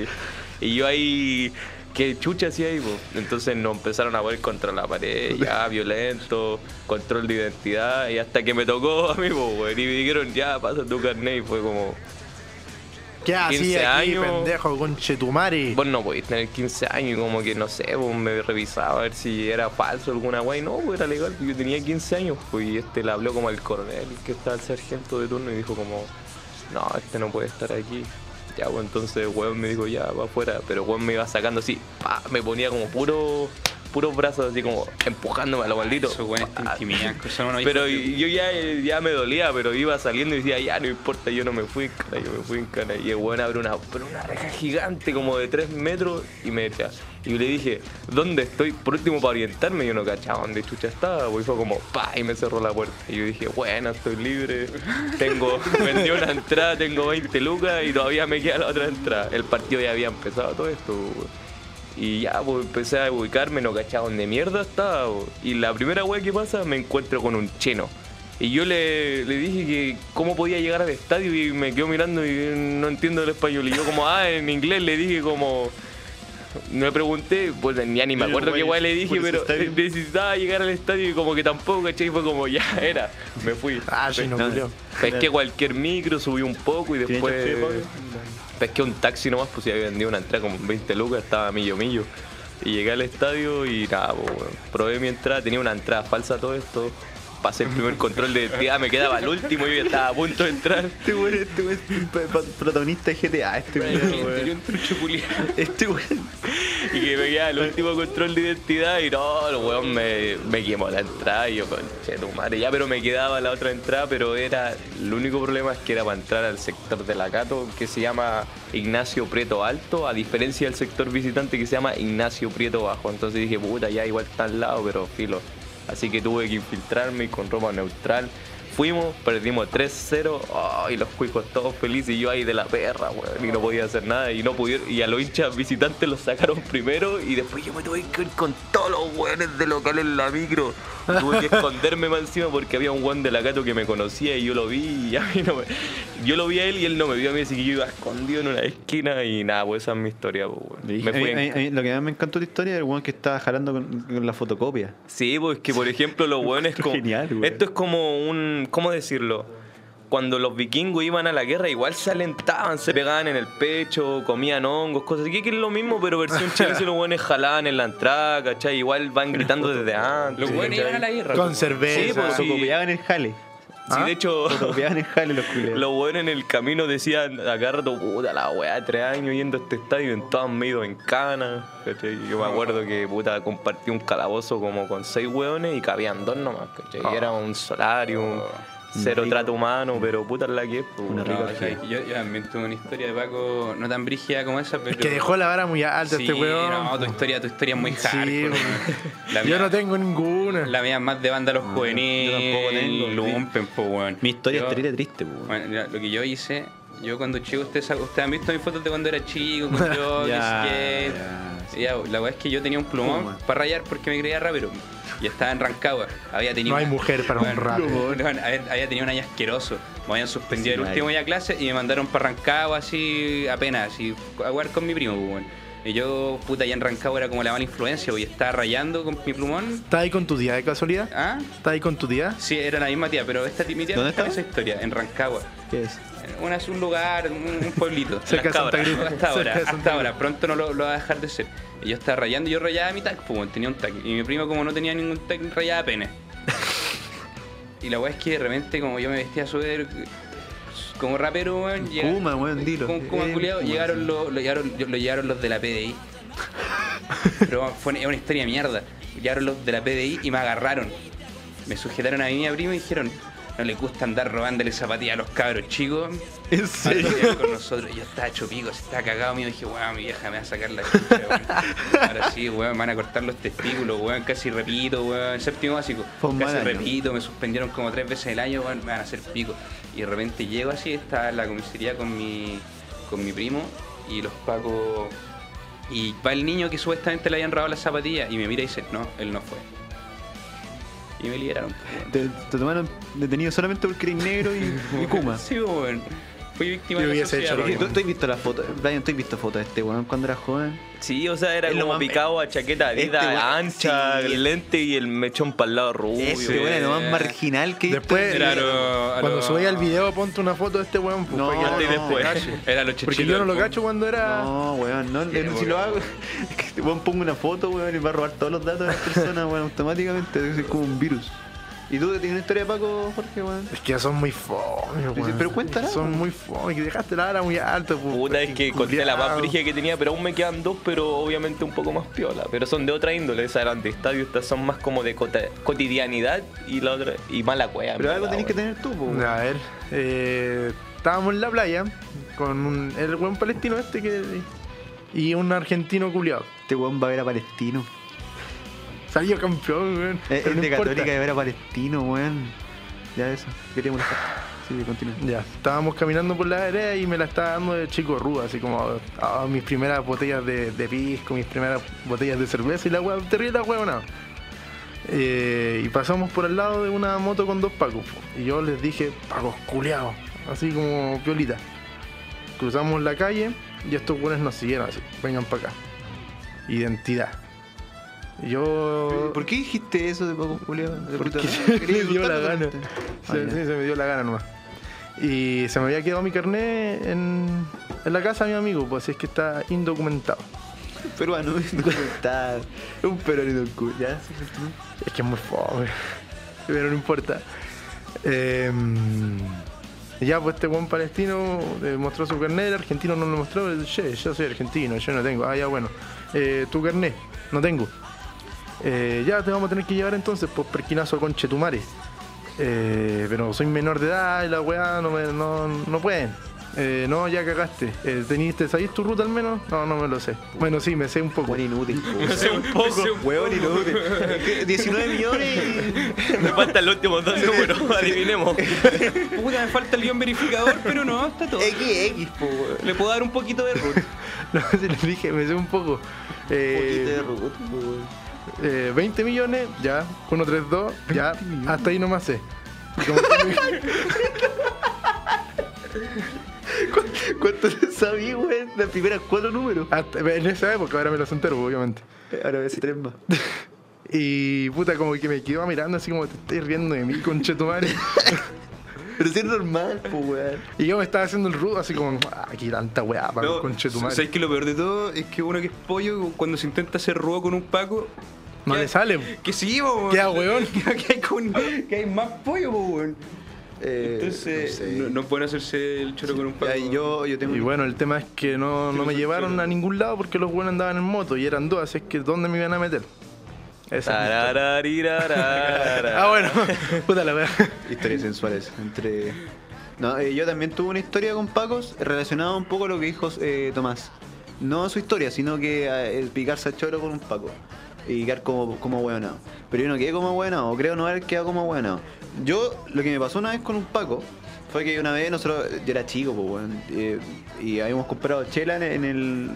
Y, y yo ahí, qué chucha hacía ahí, po? Entonces nos empezaron a poner contra la pared, ya, violento, control de identidad, y hasta que me tocó a mí, po, weón, y me dijeron, ya, pasa tu carnet, y fue como,
¿Qué hacía
15
aquí,
años.
pendejo, conchetumare?
Vos no podéis tener 15 años y como que no sé, vos me revisaba a ver si era falso alguna guay. No, pues, era legal, yo tenía 15 años. Pues, y este le habló como al coronel, que estaba el sargento de turno, y dijo como, no, este no puede estar aquí. Ya, pues entonces, weón me dijo, ya, va afuera. Pero weón me iba sacando así, pa, me ponía como puro, puros brazos así como empujándome a lo maldito.
Esos buenos te
Pa.
intimidan, que son unos
Pero
hijos de-
yo ya, ya me dolía, pero iba saliendo y decía, ya no importa, yo no me fui en cana, yo me fui en cana. Y el weón abre una, pero una reja gigante como de 3 metros y me decía. Y yo le dije, ¿dónde estoy? Por último, para orientarme, yo no cachaba dónde chucha estaba. pues, Y fue como, pa, y me cerró la puerta. Y yo dije, bueno, estoy libre. Tengo, (laughs) vendí una entrada, tengo 20 lucas y todavía me queda la otra entrada. El partido ya había empezado todo esto, weón. Y ya, pues empecé a ubicarme, no cachaba dónde mierda estaba. po. Y la primera wea que pasa, me encuentro con un chino. Y yo le, le dije que cómo podía llegar al estadio y me quedó mirando y no entiendo el español. Y yo como, ah, en inglés le dije como... No le pregunté, pues ya ni me
Pero,
acuerdo qué
güey,
wea le dije,
por ese
pero
estadio.
(laughs) necesitaba llegar al estadio y como que tampoco, ¿cachai? Fue como, ya era, me fui.
Ah, chino, culiao.
Pesqué cualquier micro, subí un poco y
¿Tiene
después...
chasquido, Pablo?
Pesqué un taxi nomás, pues si había vendido una entrada como en 20 lucas, estaba millo millo. Y llegué al estadio y nada, pues, weón, probé mi entrada, tenía una entrada falsa todo esto. pasé el primer control de identidad, me quedaba el último, yo ya estaba a punto de entrar.
Este weón este weón es un pa- pa- protagonista de GTA, este weón.
Yo
weón.
entro chupuleado.
(laughs) Este weón.
Y que me quedaba el último control de identidad y no, el weón me, me quemó la entrada y yo, conche tu madre, ya, pero me quedaba la otra entrada, pero era, el único problema es que era para entrar al sector de la Cato, que se llama Ignacio Prieto Alto, a diferencia del sector visitante que se llama Ignacio Prieto Bajo. Entonces dije, puta, ya igual está al lado, pero filo. Así que tuve que infiltrarme y con ropa neutral. Fuimos, perdimos 3-0, oh, y los cuicos todos felices y yo ahí de la perra, weón, y no podía hacer nada y no pudieron, y a los hinchas visitantes los sacaron primero y después yo me tuve que ir con todos los weones de local en la micro. Tuve que esconderme más encima porque había un weón de la gato que me conocía y yo lo vi y a mí no me... Yo lo vi a él y él no me vio a mí, así que yo iba escondido en una esquina y nada, pues esa es mi historia, pues, weón. Me
A mí-
fui
a
en-
mí- a mí lo que más me encantó de la historia es el weón que estaba jalando con, con la fotocopia.
Sí, pues que por ejemplo los hueones como...
Genial, güey.
Esto es como un... ¿Cómo decirlo? Cuando los vikingos iban a la guerra igual se alentaban, se pegaban en el pecho, comían hongos, cosas así, que es lo mismo, pero versión chilena los hueones jalaban en la entrada, ¿cachai? Igual van gritando desde antes.
Los buenos
¿cachai?
iban a la guerra.
Con
po.
cerveza.
Sí, pues, sí.
Fotocopiaban el jale.
Sí, de hecho...
(laughs) Fotocopiaban el jale los culiados.
Los hueones en el camino decían, agarro puta la weá, tres años yendo a este estadio, en todas me he ido en cana. ¿cachai? Yo me acuerdo que puta compartí un calabozo como con seis hueones y cabían dos nomás, ¿cachai?
Ah.
Y era un solarium, cero trato humano, pero puta la que es, pues,
Oh. Una
no,
rica
No,
orgía.
sabes que yo, yo también tuve una historia de Paco no tan brígida como esa, pero.
Es que dejó la vara muy alta
sí,
este weón.
No, tu historia, tu historia es muy
Sí,
hardcore.
weón.
weón. La
Yo
mía-
no tengo ninguna.
La mía es más de vándalos juveniles.
yo tampoco tengo, sí.
Lumpen, po, weón.
Mi historia
Yo-
es terrible triste, po, weón.
Bueno, mira, lo que yo hice, yo cuando chico, ustedes, sa- ustedes han visto mis fotos de cuando era chico, con yo,
Ya,
skate.
ya,
Ya, la verdad es que yo tenía un plumón
Pluma.
para rayar porque me creía rapero. Y estaba en Rancagua. Había tenido
No hay
una-
mujer para un
Bueno,
rapero.
bueno, había, había tenido un año asqueroso. Me habían
Sí,
suspendido el
no hay.
último día de clase y me mandaron para Rancagua así apenas, así a jugar con mi primo, pues, bueno. Y yo, puta, allá en Rancagua era como la mala influencia, pues, y estaba rayando con mi plumón.
¿Estás ahí con tu tía de casualidad?
¿Ah?
¿Estás ahí con tu tía?
Sí, era la misma tía, pero esta tía, mi tía
¿Dónde
estaba
estaba?
esa historia, en Rancagua.
¿Qué es?
Una es un lugar, un, un pueblito.
(laughs) Cerca de
Las
Santa
cabras.
Cruz.
Hasta ahora,
Cerca de Santa
hasta ahora. Pronto no lo, lo va a dejar de ser. Y yo estaba rayando, yo rayaba mi tac, pues, bueno, tenía un tac. Y mi primo, como no tenía ningún tac, rayaba
(laughs)
pene. y la weá es que de repente, como yo me vestía súper. Como rapero, weón. llega-
Kuma, weón, dilo.
Como, como
Eh,
culiao,
Kuma,
llegaron, los, lo llegaron, lo llegaron los de la
(laughs)
PDI. Pero fue una, es una historia de mierda. Llegaron los de la PDI y me agarraron. Me sujetaron a mi prima y dijeron, no les gusta andar robándole zapatillas a los cabros chicos.
¿En
Ahora
serio?
llegan con nosotros. Yo estaba hecho pico, se estaba cagado mío. Dije, weón, mi vieja me va a sacar la chucha, weón. Ahora sí, weón, me van a cortar los testículos, weón. Casi repito, weón. Séptimo básico.
Fue un mal
Casi
año.
repito, me suspendieron como tres veces el año, weón. Me van a hacer pico. Y de repente llego así, estaba en la comisaría con mi, con mi primo y los pacos. Y va el niño que supuestamente le habían robado las zapatillas y me mira y dice, no, él no fue. Y me liberaron. weón.
Te, te tomaron detenido solamente porque eres negro y, y Kuma.
Sí, weón. Fui víctima de
Yo
la
hubiese hecho
sociedad.
lo
weón.
Oye, ¿Tú, tú has visto las fotos, Brian, tú has visto fotos de este weón cuando era joven.
Sí, o sea, era
Es lo
como
más-
picado a chaqueta
Este
Adidas
weón-
ancha,
sí.
lente y el mechón para el lado rubio.
Este weón es lo más marginal que he visto
Después,
en mi
Era
vida.
lo- a
Cuando
lo-
subí al video, ponte una foto de este weón. pues,
No,
para que
antes y
no
después.
cache.
Era lo
Porque
chichilo
yo no
del
lo
punk.
cacho cuando era.
No, weón, no,
Sí,
si
weón.
lo hago, (laughs) es que este weón pongo una foto, weón, y va a robar todos los datos de las personas, weón, automáticamente, es como un virus. ¿Y tú que tienes una historia de Paco, Jorge, weón?
Es que ya son muy fome,
Dice,
weón.
pero cuéntala,
Son
weón.
muy fome, que dejaste la vara muy alta, pues.
Puta, es que conté la más
culiao.
brígida que tenía, pero aún me quedan dos, pero obviamente un poco más piola. Pero son de otra índole, esas eran de estadio, estas son más como de cota- cotidianidad y la otra, y mala cueva. en
Pero algo
verdad,
tenés que
weón.
tener tú, po, weón.
A ver, eh, estábamos en la playa con un, el buen palestino este que y un argentino culiado.
Este weón va a ver a Palestino.
Salió campeón, weón.
Eh,
pero
Es
no
de
importa.
Católica de ver a Palestino, weón. Ya eso, quería molestar. Sí, continúa.
Ya, estábamos caminando por la vereda y me la estaba dando de chico ruda, así como ah, mis primeras botellas de, de pisco, mis primeras botellas de cerveza y la hueá, terrible la hueá, eh, Y pasamos por al lado de una moto con dos pacos, po, y yo les dije, pacos culiados, así como piolita. Cruzamos la calle y estos hueones nos siguieron, así, vengan para acá. Identidad. Y Yo.
¿Por qué dijiste eso de Paco Julio? De
Porque (laughs)
puta- (laughs)
se
quería
me dio la
insultarlo
gana.
solamente.
Se,
Ah, ya.
sí, se me dio la gana nomás. Y se me había quedado mi carnet en, en la casa de mi amigo, pues así es que está indocumentado.
Peruano, (laughs) no está. Un peruanito en culo, ya.
Es que es muy fome. (laughs) pero no importa. Eh, ya, pues este buen palestino eh, mostró su carnet, el argentino no lo mostró. pero, Che, yo soy argentino, yo no tengo. Ah, ya, bueno. Eh, tu carnet, no tengo. Eh, ya te vamos a tener que llevar entonces, pues perquinazo con Chetumare. Eh, pero soy menor de edad y la weá no, me- no, no pueden. Eh, no, ya cagaste. Eh, ¿Teniste, sabías tu ruta al menos? No, no me lo sé. Bueno, sí, me sé un poco.
Buen inútil, po. (laughs)
un poco.
Hueón inútil. (laughs) ¿Qué? 19 millones y...
Me faltan los últimos dos números, adivinemos.
Puta, me falta el guión verificador, pero no, está todo.
XX, po, weón.
Le puedo dar un poquito de
(laughs)
root.
(laughs) No, sí, les dije, me sé un poco.
Poquito de
Eh,
robot, po, weón.
eh, 20 millones, ya. 132, ya. Hasta ahí nomás sé. Como que- (laughs)
¿Cu- ¿Cuánto sabía, weón? Las primeras cuatro números. Ah,
hasta- en esa época, ahora me lo sé entero, obviamente.
Ahora ves tres más.
Y puta, como que me quedó mirando así como te estoy riendo de mí, conchetumare.
Pero si es normal, po, weón.
y yo me estaba haciendo el rudo así como, "Ah, aquí tanta weá para
No,
conchetumare.
¿Sabes que lo peor de todo es que uno que es pollo, cuando se intenta hacer rudo con un paco,
No le sale.
que sí, po,
Queda
weón.
weón.
(laughs) que, hay con- que hay más pollo, po, weón.
Eh,
Entonces,
no
no,
sé.
no pueden hacerse el choro con Oh, un paco.
Ya, yo, yo tengo...
Y bueno, el tema es que no, no me llevaron a ningún lado porque los buenos andaban en moto y eran dos, así es que ¿dónde me iban a meter? Esa es mi historia. Ah,
(laughs) Ah,
bueno, puta la wea.
Historias sensuales entre... No, eh, yo también tuve una historia con Pacos relacionada un poco a lo que dijo eh, Tomás. No su historia, sino que eh, el picarse al choro con un Paco. Y quedar como, como hueonado. Pero yo no quedé como hueonado, creo no haber quedado como hueonado. Yo, lo que me pasó una vez con un Paco, fue que una vez nosotros, yo era chico, pues, weón, eh, y habíamos comprado chela en, en el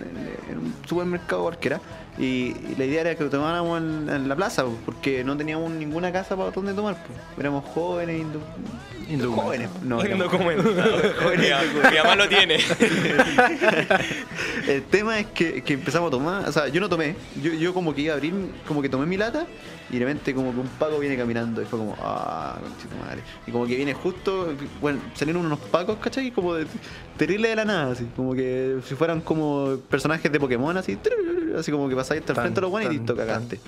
en un supermercado cualquiera. Y, y la idea era que lo tomáramos en, en la plaza, pues, porque no teníamos ninguna casa para donde tomar. pues. Éramos jóvenes, indu-
Indocumentados.
jóvenes. No, éramos- (laughs)
Indocumentado. Mi mamá lo (laughs) tiene.
El tema es que, que empezamos a tomar, o sea, yo no tomé, yo, yo como que iba a abrir, como que tomé mi lata y de repente como que un paco viene caminando y fue como, ah, conchito madre. Y como que viene justo, bueno, salieron unos pacos, ¿cachai? Y Como de, terrible de la nada, así, como que si fueran como personajes de Pokémon, así, así como que pasáis hasta el
Tan,
frente de los buenos y
tan,
listo,
tan.
cagaste.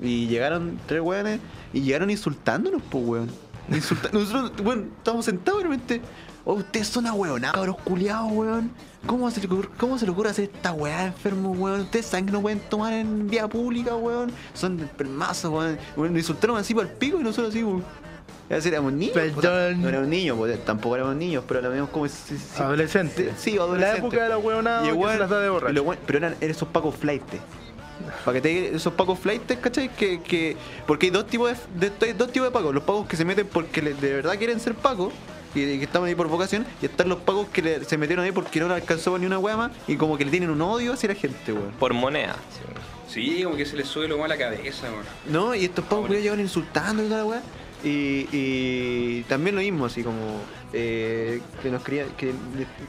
Y llegaron tres weones y llegaron insultándonos, pues weón. Insulta- (laughs) Nosotros, weón, estábamos sentados y de repente. Oh, ustedes son ahueonados, cabros culiados, weón. ¿Cómo se, le ocurre, ¿Cómo se le ocurre hacer esta weá enfermo, weón? Ustedes saben que no pueden tomar en vía pública, weón. Son del permazo, weón. Bueno, insultaron así para el pico y nosotros así, weón. Es decir, éramos niños.
Perdón.
o sea, no éramos niños, pues, tampoco éramos niños, pero lo vemos como. si- si-
Adolescente.
Sí, adolescente.
La época de la
Y
weonada que
igual-
se las da de borracho.
y lo bueno- pero eran, eran esos pacos flight. Para que te esos pacos flight, ¿cachai? Que, que, porque hay dos tipos de, de- hay dos tipos de pacos. Los pacos que se meten porque le- de verdad quieren ser pacos. Y y que estaban ahí por vocación. Y están los pacos que le- se metieron ahí porque no le alcanzó ni una wea más. Y como que le tienen un odio hacia la gente, weón.
Por moneda.
Sí, como que se le sube lo malo a la cabeza, weón.
No, y estos pacos culiados llevan insultando y toda la weá. Y, y también lo mismo, así como eh, que nos quería, que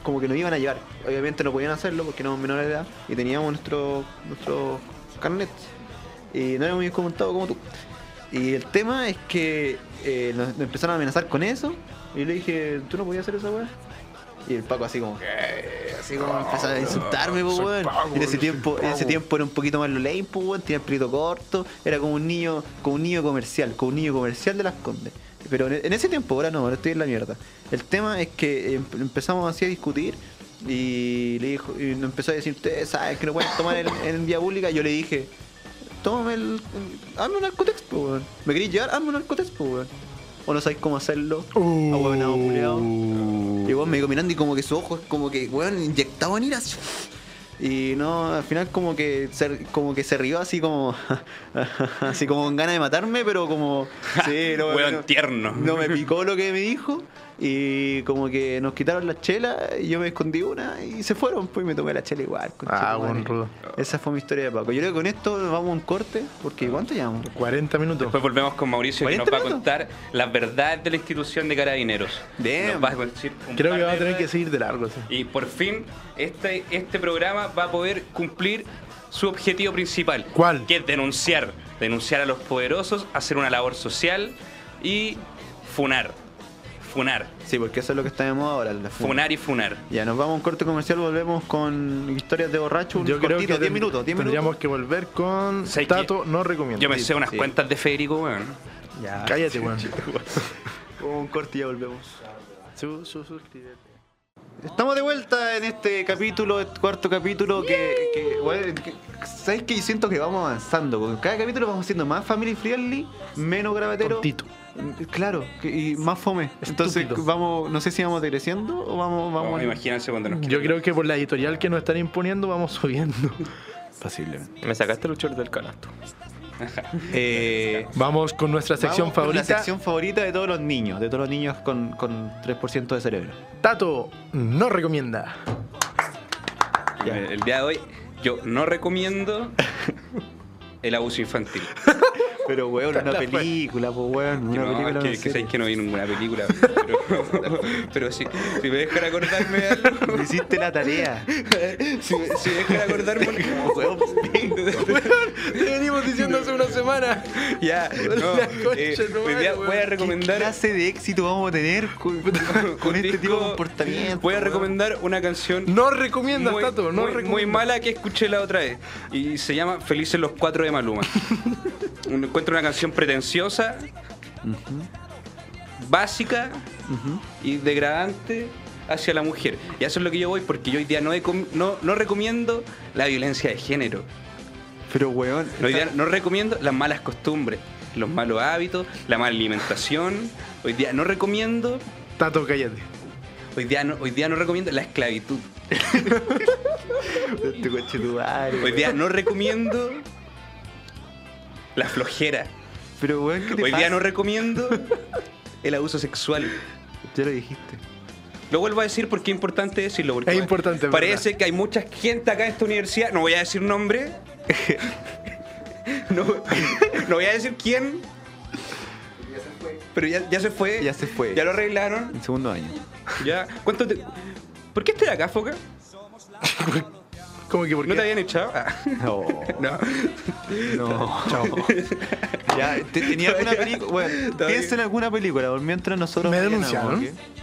como que nos iban a llevar. Obviamente no podían hacerlo porque éramos menores de edad y teníamos nuestro, nuestro carnet. Y no éramos muy comentados como tú. Y el tema es que eh, nos, nos empezaron a amenazar con eso. Y yo le dije, ¿tú no podías hacer esa weá? Y el Paco así como, "Eh", así como empezó a insultarme, po,
soy
weón.
Paco,
En ese
soy
tiempo, en ese
Paco.
tiempo era un poquito más lo lame, po, weón, tenía el pelito corto, era como un niño, como un niño comercial, como un niño comercial de las condes. Pero en en ese tiempo, ahora no, ahora estoy en la mierda. El tema es que em- empezamos así a discutir y le dijo, y nos empezó a decir, ustedes saben que no pueden tomar en, en vía pública, yo le dije, tómame el. hazme un narcotex, po, weón. ¿Me queréis llevar? Hazme un narcotex, po, weón. O no sabéis cómo hacerlo.
Uh.
Ahueonado, culiao. Y weón me quedó mirando y como que su ojo es como que, weón, inyectado en ira. así. Y no, al final como que se, como que se rió así como (laughs) así como con ganas de matarme, pero como sí, no,
Weón
no-
tierno.
No me picó lo que me dijo y como que nos quitaron las chelas y yo me escondí una y se fueron, pues y me tomé la chela igual.
Ah,
conchetumare.
buen rudo.
Esa fue mi historia de Paco. Yo creo que con esto vamos a un corte, porque ¿cuánto llevamos?
40 minutos.
Después volvemos con Mauricio que nos
este
40
va a
minutos.
contar las verdades de la institución de carabineros.
Damn.
Nos va a decir un
Creo
par
que
de
va a tener que
verdades.
seguir de largo, sí.
Y por fin, este, este programa va a poder cumplir su objetivo principal.
¿Cuál?
Que es denunciar. Denunciar a los poderosos, hacer una labor social y funar. Funar.
Sí, porque eso es lo que está de moda ahora. la funa.
Funar y funar.
Ya, nos vamos a un corte comercial, volvemos con historias de borracho, un cortito, 10
ten-
minutos, 10
tendríamos
minutos.
que volver con
¿Sabes qué?
Tato no recomiendo.
Yo me sé unas
sí.
cuentas de Federico, weón. Ya.
Cállate, weón.
(laughs) Un corte y ya volvemos. Su- su- suscríbete. Estamos de vuelta en este capítulo, este cuarto capítulo que, que, bueno, que- ¿sabes qué? Yo siento que vamos avanzando. Con cada capítulo vamos siendo más family friendly, menos grabatero.
Tontito.
Mm, Claro, que- y más fome. Entonces
Estúpido.
vamos, no sé si vamos degreciando o vamos, vamos.
Vamos, imagínense cuando nos
Yo creo que por la editorial que nos están imponiendo vamos (laughs) subiendo.
Posiblemente.
Me sacaste los shorts
(laughs)
del canasto. eh,
Vamos con nuestra sección
Vamos con
favorita.
La sección favorita de todos los niños, de todos los niños con, con 3% de cerebro.
Tato no recomienda.
Ya. El día de hoy yo no
(laughs)
recomiendo el abuso infantil.
Pero, weón, una película, pues, weón, una
no,
película.
es
una
que, que
serie.
sabéis que no vi ninguna película. Pero, (laughs) pero si, si me dejan acordarme de algo.
(laughs) No hiciste la
(laughs)
tarea.
Si, me- si me dejan
(laughs)
acordarme (laughs)
Te venimos diciendo hace una semana.
(laughs)
Ya, no.
La concha
eh,
de tu
hoy día
madre,
voy a
weón.
¿Qué
recomendar
clase de éxito vamos a tener con, (laughs) con
(laughs) un
este tipo de
disco-
comportamiento?
Voy a
weón?
recomendar una canción
No recomiendas,
muy,
Tato. No
muy- muy
recomiendas.
mala que escuché la otra vez. Y se llama Felices los Cuatro de Maluma. Un- Encuentro una canción pretenciosa, básica y degradante hacia la mujer. Y a eso es lo que yo voy porque yo hoy día no, he com- no, no recomiendo la violencia de género.
Pero, weón.
Hoy
esta-
día no recomiendo las malas costumbres, los malos hábitos, la mala alimentación. Hoy día no recomiendo
Tato, cállate.
Hoy día, no, hoy día no recomiendo la esclavitud.
este coche tu madre,
Hoy día no recomiendo la flojera.
weón. Pero, weón, ¿qué te
Hoy
pasa?
día no recomiendo el abuso sexual.
Ya lo dijiste.
Lo vuelvo a decir porque es importante decirlo. Porque
Es importante, es
Parece que hay mucha gente acá en esta universidad. No voy a decir nombre. No, no voy a decir quién. Pero ya, ya se fue.
Ya se fue.
Eh, Ya lo arreglaron.
En segundo
(laughs)
año.
Ya. ¿Cuánto te- ¿Por qué estoy acá, Foca?
¿Cómo que por
¿No te
qué?
habían echado? Ah,
No,
(laughs) no.
Oh, no.
(laughs)
Ya, te, tenía alguna película. Bueno,
Está bien.
piensa en alguna película, por mientras nosotros.
Me
rellenamos,
denunciaron.
¿ok?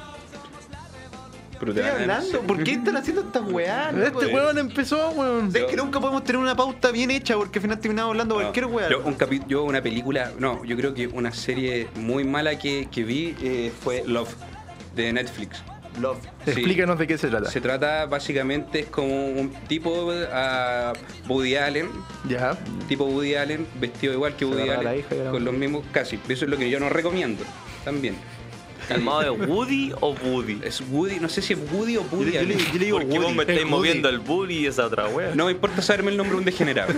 Pero
¿Qué
te van a
estoy hablando?
denunciar.
¿Por qué están haciendo estas weas?
Este weón empezó, weón.
Es que nunca podemos tener una pauta bien hecha porque al final terminamos hablando de
No,
cualquier wea.
Yo, un capi- yo una película, no, yo creo que una serie muy mala que, que vi eh, fue Love de Netflix.
Love.
Sí.
Explícanos de qué se trata.
Se trata básicamente es como un tipo a Woody Allen,
Ya.
tipo Woody Allen, vestido igual que Woody
agarraba
Allen,
la hija y era
con los mismos casi. Eso es lo que yo no recomiendo también.
¿Calmado de Woody o Woody?
Es Woody, no sé si es Woody o Woody
le- yo le-
Allen.
yo le digo
Porque vos
Woody.
me
Es
estáis
Woody.
moviendo al Woody y esa otra wea.
No me importa saberme el nombre de un degenerado.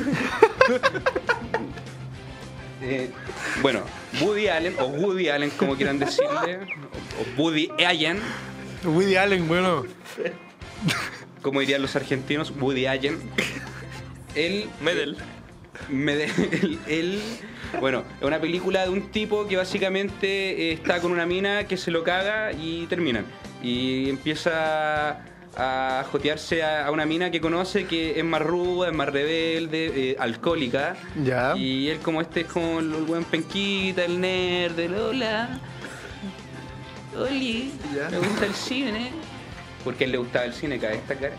Eh, bueno, Woody Allen, o Woody Allen como quieran decirle, o, o Woody Allen,
Woody Allen, weón.
como dirían los argentinos, Woody Allen. Él,
Medel.
me de- él, él- bueno, es una película de un tipo que básicamente eh, está con una mina que se lo caga y terminan. Y empieza a jotearse a, a una mina que conoce que es más ruda, es más rebelde, eh, alcohólica.
¿Ah?
Ya.
Y él como este es como el buen penquita, el nerd, el hola. Oli,
Ya.
me gusta el cine. Porque a él le gustaba el cine, cabe esta cara.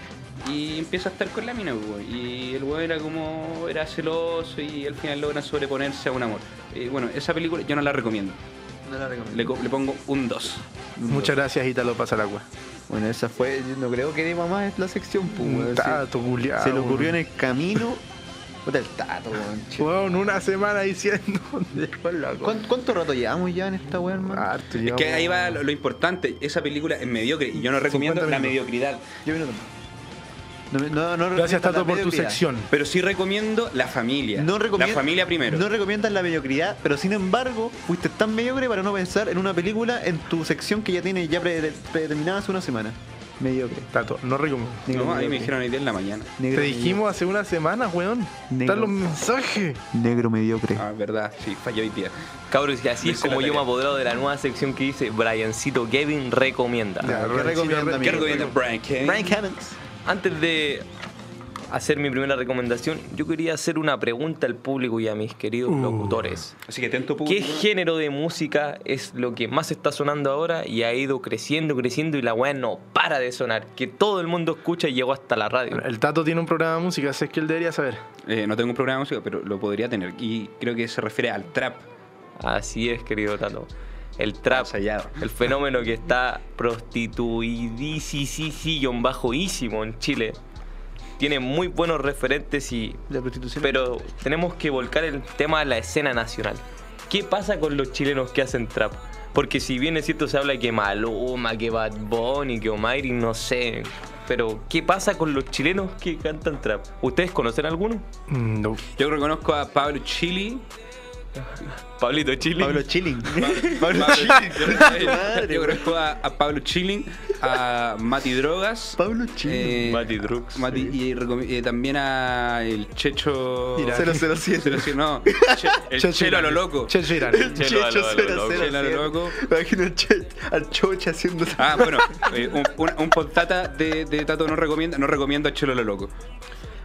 Y empieza a estar con la mina, weón. Y el weón era como. era celoso y al final logran sobreponerse a un amor. Eh, bueno, esa película yo no la recomiendo.
No la recomiendo.
Le, co- le pongo un 2.
Muchas gracias, Italo Pasaragua.
Bueno, esa fue, yo no creo que de mamá es la sección, pues, weón.
Tato,
Se-
culiado.
Se le ocurrió en el camino. Puta el tato, weón. che.
Weón, una semana diciendo. (laughs)
¿Cuán- ¿Cuánto, rato llevamos ya en esta weón, hermano?
Harto,
Es
ya,
que ahí
weón.
va lo, lo importante. Esa película es mediocre y yo no recomiendo
50
la
minutos.
mediocridad.
Yo minuto no, me- no, no
Gracias,
recomiendas la
Tato, por tu
mediocridad.
sección.
Pero sí recomiendo la familia.
No
la
recomiendas
familia primero.
No recomiendas la mediocridad, pero sin embargo, fuiste tan mediocre para no pensar en una película en tu sección que ya tiene ya pre- predeterminada hace una semana. Mediocre.
Tato, no recomiendo.
No, a mí me
mediocre.
dijeron hoy día en la mañana.
Negro
Te dijimos hace una semana, weón.
Negro.
Están los mensajes.
mediocre. Negro mediocre.
Ah, verdad, sí, falló hoy día.
Cabros, y así
Me
es
hice
como
la
yo me
tarea.
apoderado de la nueva sección que dice Briancito Kevin recomienda.
Ya, ¿Qué
Rencito,
recomienda,
Ren-
¿Qué
amigo?
recomienda Brian Kane?
Frank Evans.
Antes de hacer mi primera recomendación, yo quería hacer una pregunta al público y a mis queridos locutores.
Así que atento
¿Qué
público.
género de música es lo que más está sonando ahora y ha ido creciendo, creciendo y la weá no para de sonar? Que todo el mundo escucha y llegó hasta la radio.
El Tato tiene un programa de música, así es que él debería saber.
Eh, no tengo un programa de música, pero lo podría tener. Y creo que se refiere al trap.
Así es, querido Tato. El trap,
Ensayado.
el fenómeno que está prostituidísimo en Chile, tiene muy buenos referentes y
La prostitución.
pero tenemos que volcar el tema a la escena nacional. ¿Qué pasa con los chilenos que hacen trap? Porque si bien es cierto se habla que Maluma, que Bad Bunny, que Omairi, no sé. Pero ¿qué pasa con los chilenos que cantan trap? ¿Ustedes conocen alguno?
Mm, No.
Yo reconozco a Pablo Chili.
Pablito Chile.
Pablo Chilling.
(laughs) Pablo
Pablo
Chilling.
Chilling. Madre,
Yo
weón.
conozco a, a Pablo Chilling, a Mati Drogas.
Pablo Chilling.
eh,
Mati Drux.
Mati- y, recom- y también a el Checho.
Mira. 007.
007, no, Che- el Chelo,
Checho
a lo
Irán.
loco.
Checho Irán.
Chelo a lo-
Checho
a lo loco.
007.
Chelo a lo loco.
Imagino al Che- al Choche haciendo.
Ah, bueno, eh, un, un, un postdata de, de Tato no recomienda, no recomienda a Chelo lo loco.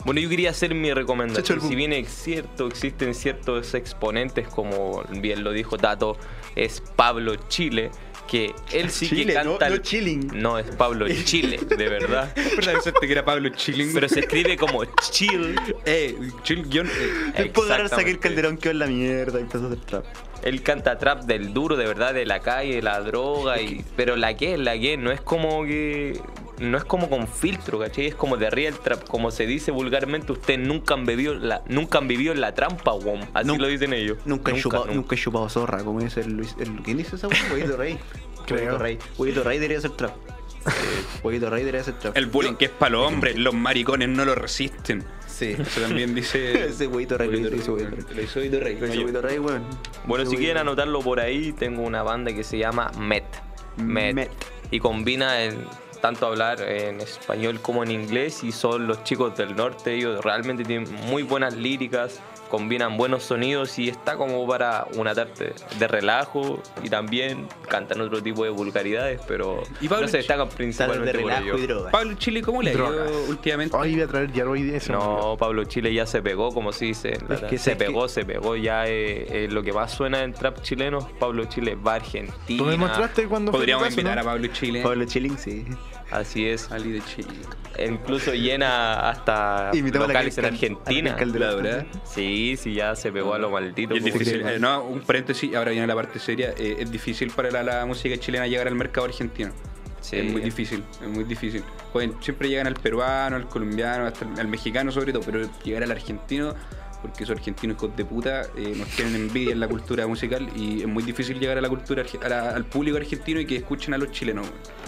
Bueno, yo quería hacer mi
Chacho
recomendación.
el boom.
Si bien es cierto, existen ciertos exponentes, como bien lo dijo Tato, es Pablo Chile, que él sí
Chile,
que
no-
canta...
no
el-
Chilling.
No, es
(laughs)
Pablo Chile, de verdad.
¿Verdad pensaste que era Pablo Chilling?
Pero se escribe como
(laughs)
chill.
eh, Chil guión. eh,
Después de ahora saqué el
Exactamente.
calderón que en la mierda y empezó a hacer trap.
Él canta trap del duro, de verdad, de la calle, la droga. Y, pero la que es, la que es, no es como que. No es como con filtro, ¿cachai? Es como de real trap. Como se dice vulgarmente, ustedes nunca han vivido la, nunca han vivido la trampa, WOM. Así
Nunca-
lo dicen ellos.
Nunca he chupado,
nunca.
nunca he chupado zorra, como dice el Luis. El, ¿Quién dice esa weá? Huevito Rey.
Creo.
Huevito Rey. Huevito Rey debería hacer trap. Eh, Huevito Rey debería hacer trap.
El bullying que es para los hombres, los maricones no lo resisten.
Sí.
Eso también dice.
(laughs) Ese huevito Rey lo hizo Huevito Rey.
Lo hizo Guido Rey.
Lo hizo Huevito Rey, weón.
Bueno,
Ese
si quieren
Huevito-
anotarlo por ahí, tengo una banda que se llama Met. Met.
Met.
Y combina el- tanto hablar en español como en inglés y son los chicos del norte, ellos realmente tienen muy buenas líricas, combinan buenos sonidos y está como para una tarde de relajo y también cantan otro tipo de vulgaridades, pero
Y Pablo
no
Ch-
se destacan
Tarde de
principalmente por
relajo y
ello.
droga.
Pablo Chile, ¿cómo le ha ido
Drogas.
últimamente?
(laughs) Hoy voy a traer ya hoy ese
(laughs) No, Pablo Chile ya se pegó, como se dice. la
Es
verdad.
que
se
sabes que-
pegó, se pegó. Ya eh, eh, lo que más suena en trap chileno, Pablo Chile va a Argentina.
Tú me mostraste cuando fue
Podríamos
tu caso,
invitar
¿no?
a Pablo Chile.
Pablo Chilling, sí.
Así es.
Ali de Chile.
E Incluso llena hasta
Imitamos a la
Ah, locales en
Karen Cal-
Argentina.
a la Karen Calderón.
¿verdad?
Sí, sí, ya se pegó a lo maldito.
Y es
como
difícil,
que-
eh, no, un paréntesis, ahora viene la parte seria. eh, es difícil para la, la música chilena llegar al mercado argentino.
Sí.
Eh,
Es muy difícil, es muy difícil. Pueden- siempre llegan al peruano, al colombiano, hasta al, al mexicano sobre todo, pero llegar al argentino, porque esos argentinos hijos de puta eh, nos tienen envidia en la cultura musical y es muy difícil llegar a la cultura arge- a la- al público argentino y que escuchen a los chilenos.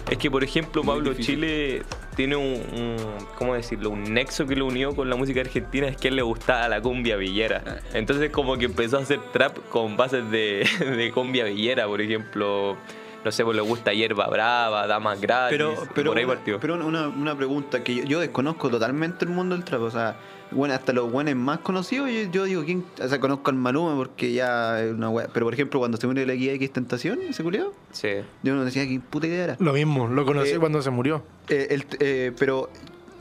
Es que, por ejemplo,
Muy
Pablo
difícil.
Chile tiene un, un- ¿Cómo decirlo? Un nexo que lo unió con la música argentina es que a él le gustaba la cumbia
Ah.
villera. Entonces, como que empezó a hacer trap con bases de, (laughs) de cumbia villera, por ejemplo. No sé, pues le gusta Hierba Brava, Damas Gratis.
Pero, pero,
por ahí
una-
partió.
pero una, una pregunta que yo, yo desconozco totalmente el mundo del trap. O sea, bueno, hasta los buenos más conocidos, yo, yo digo, ¿quién? O sea, conozco al Maluma porque ya es una wea. Pero por ejemplo, cuando se murió la X Tentación, ¿se culió?
Sí.
Yo no decía que puta idea era.
Lo mismo, lo conocí
Eh,
cuando se murió.
Eh, el- eh, pero,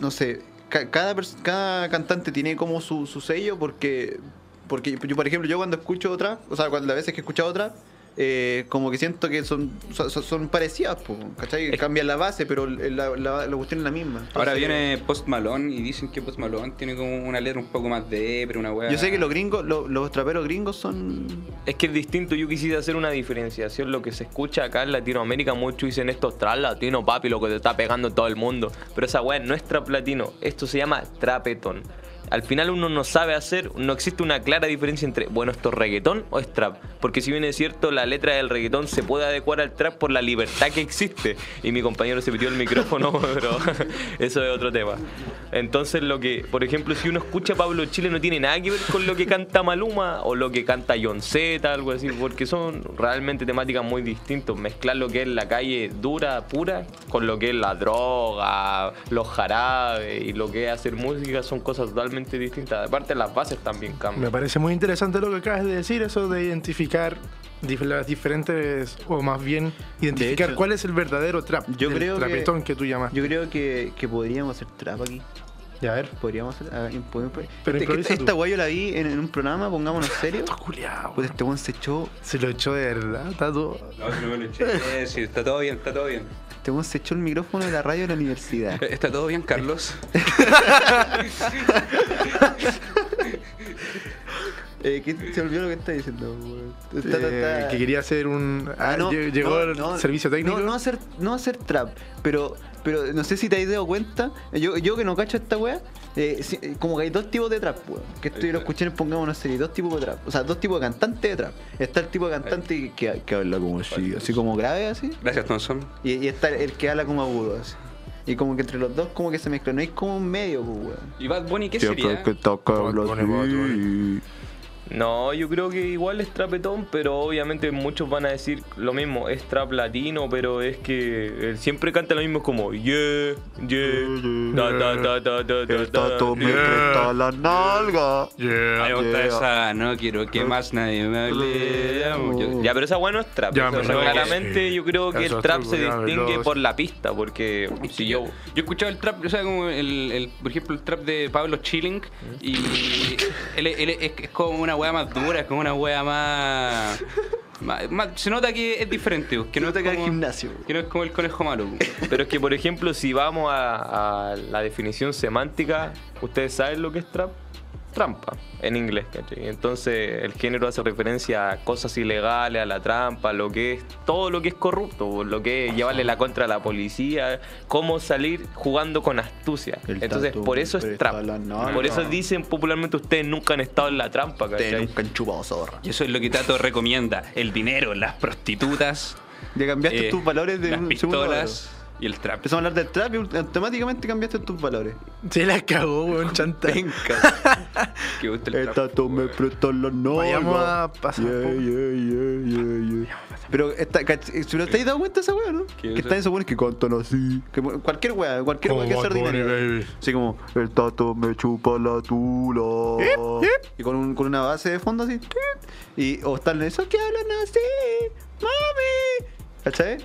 no sé, ca- cada, pers- cada cantante tiene como su, su sello porque, porque yo, por ejemplo, yo cuando escucho otra, o sea, cuando las veces que he escuchado otra, eh, como que siento que son, son, son parecidas, po, ¿cachai? Cambian la base, pero la, la, la cuestión es la misma.
Ahora
Entonces,
viene Post Malone y dicen que Post Malone tiene como una letra un poco más de pero una wea.
Yo sé que los gringos, lo- los traperos gringos son...
Es que es distinto, yo quisiera hacer una diferenciación. Lo que se escucha acá en Latinoamérica, muchos dicen esto es trap latino, papi, lo que te está pegando en todo el mundo. Pero esa weá no es trap latino, esto se llama trapetón. Al final uno no sabe hacer, no existe una clara diferencia entre, bueno, esto es reggaetón o es trap. Porque si bien es cierto, la letra del reggaetón se puede adecuar al trap por la libertad que existe. Y mi compañero se metió el micrófono, (laughs) pero eso es otro tema. Entonces lo que, por ejemplo, si uno escucha a Pablo Chile no tiene nada que ver con lo que canta Maluma o lo que canta John Z, algo así, porque son realmente temáticas muy distintas. Mezclar lo que es la calle dura, pura, con lo que es la droga, los jarabes y lo que es hacer música son cosas totalmente distintas. Aparte las bases también
Me
cambian.
parece muy interesante lo que acabas de decir, eso de identificar dif- las diferentes, o más bien, identificar
hecho,
cuál es el verdadero trap.
yo
del
creo que-
trapetón que, tú
Ah.
llamas.
Yo creo que, que podríamos hacer trap aquí.
Ya, a ver.
Podríamos hacer... ah, podemos-
Pero
Este- que
improvisa
esta,
tú.
esta guay yo la vi en, en un programa, pongámonos
(laughs)
serio.
Juliao,
Puta, este weón se echó
se lo echó de verdad, Tato.
No, no me lo eché. Eh, (laughs) sí, está todo bien, está todo bien.
Este weón se echó el micrófono de la radio de la universidad. (laughs)
Eh, Está todo bien, Carlos.
Eh, ¿qué- se olvidó lo que está diciendo, weón. Está- está-
Eh,
está-
que quería hacer un.
Ah, no,
lle- llegó
no,
el
no,
servicio técnico.
No, no hacer, no hacer trap, pero, pero no sé si te has dado cuenta, yo, yo que no cacho esta weá, eh, si- eh, como que hay dos tipos de trap, weón. Que esto yo lo escuché en Pongamos una serie, dos tipos de trap. O sea, dos tipos de cantantes de trap. Está el tipo de cantante que, que habla como así, así como grave, así.
Gracias, Thompson.
Y, y está el que habla como agudo, así. Y como que entre los dos como que se mezclan, no hay como un medio, pues, weón.
¿Y Bad Bunny qué sería?
toca
Bad habla Bunny, Bad Bunny.
No, yo creo que igual es trapetón, pero obviamente muchos van a decir lo mismo, es trap latino, pero es que él siempre canta lo mismo, es como yeah, yeah, ta ta ta ta ta ta ta, yeah.
la nalga.
Yeah.
Me gusta
yeah.
esa, no quiero que más nadie me hable. Yo-
Ya, pero esa weá no es trap.
Ya,
o sea,
me
lo-
claramente
sí.
yo creo que
Eso
el
es
trap
trap,
se
ya,
distingue
los-
por la pista, porque si yo...
Yo he escuchado el trap, o sea, como el, el- por ejemplo, el trap de Pablo Chilling. Y él, es- él es, es como una wea más dura, es como una wea más. más- más- se nota que es diferente, que
Que
no
no
es
te cae el
como-
gimnasio. weón.
Que no es como el conejo malo.
Pero es que, por ejemplo, si vamos a, a la definición semántica, ¿ustedes saben lo que es trap? Trampa, en inglés, ¿cachai? Entonces, el género hace referencia a cosas ilegales, a la trampa, lo que es, todo lo que es corrupto, lo que es llevarle la contra a la policía, cómo salir jugando con astucia.
El
Entonces,
tatu
por eso es
presta
trap.
la nalga.
Por eso dicen popularmente ustedes nunca han estado en la trampa,
Te
¿cachai?
nunca enchupado zorra.
Y eso es lo que Tato recomienda: el dinero, las prostitutas.
Ya cambiaste
eh,
tus valores de
las
un segundo a otro.
pistolas y el trap.
Empezamos a hablar del trap y automáticamente cambiaste tus valores.
Se la
(laughs)
cagó, weón, chanta.
(laughs) Que gusta el trap.
prestó la nalga.
Vayamos a pasar
Yeah,
por-
yeah, yeah, yeah, yeah. Pero esta, cach- si no te has dado cuenta esa weá, ¿no? Que
¿Qué es?
está en que cantan así. Que mu- cualquier weá, cualquier weá que sea ordinaria. Así como, el tato me chupa la tula. Y con, un- con una base de fondo así. Y o están esos que hablan así. ¡Mami! ¿Cachai?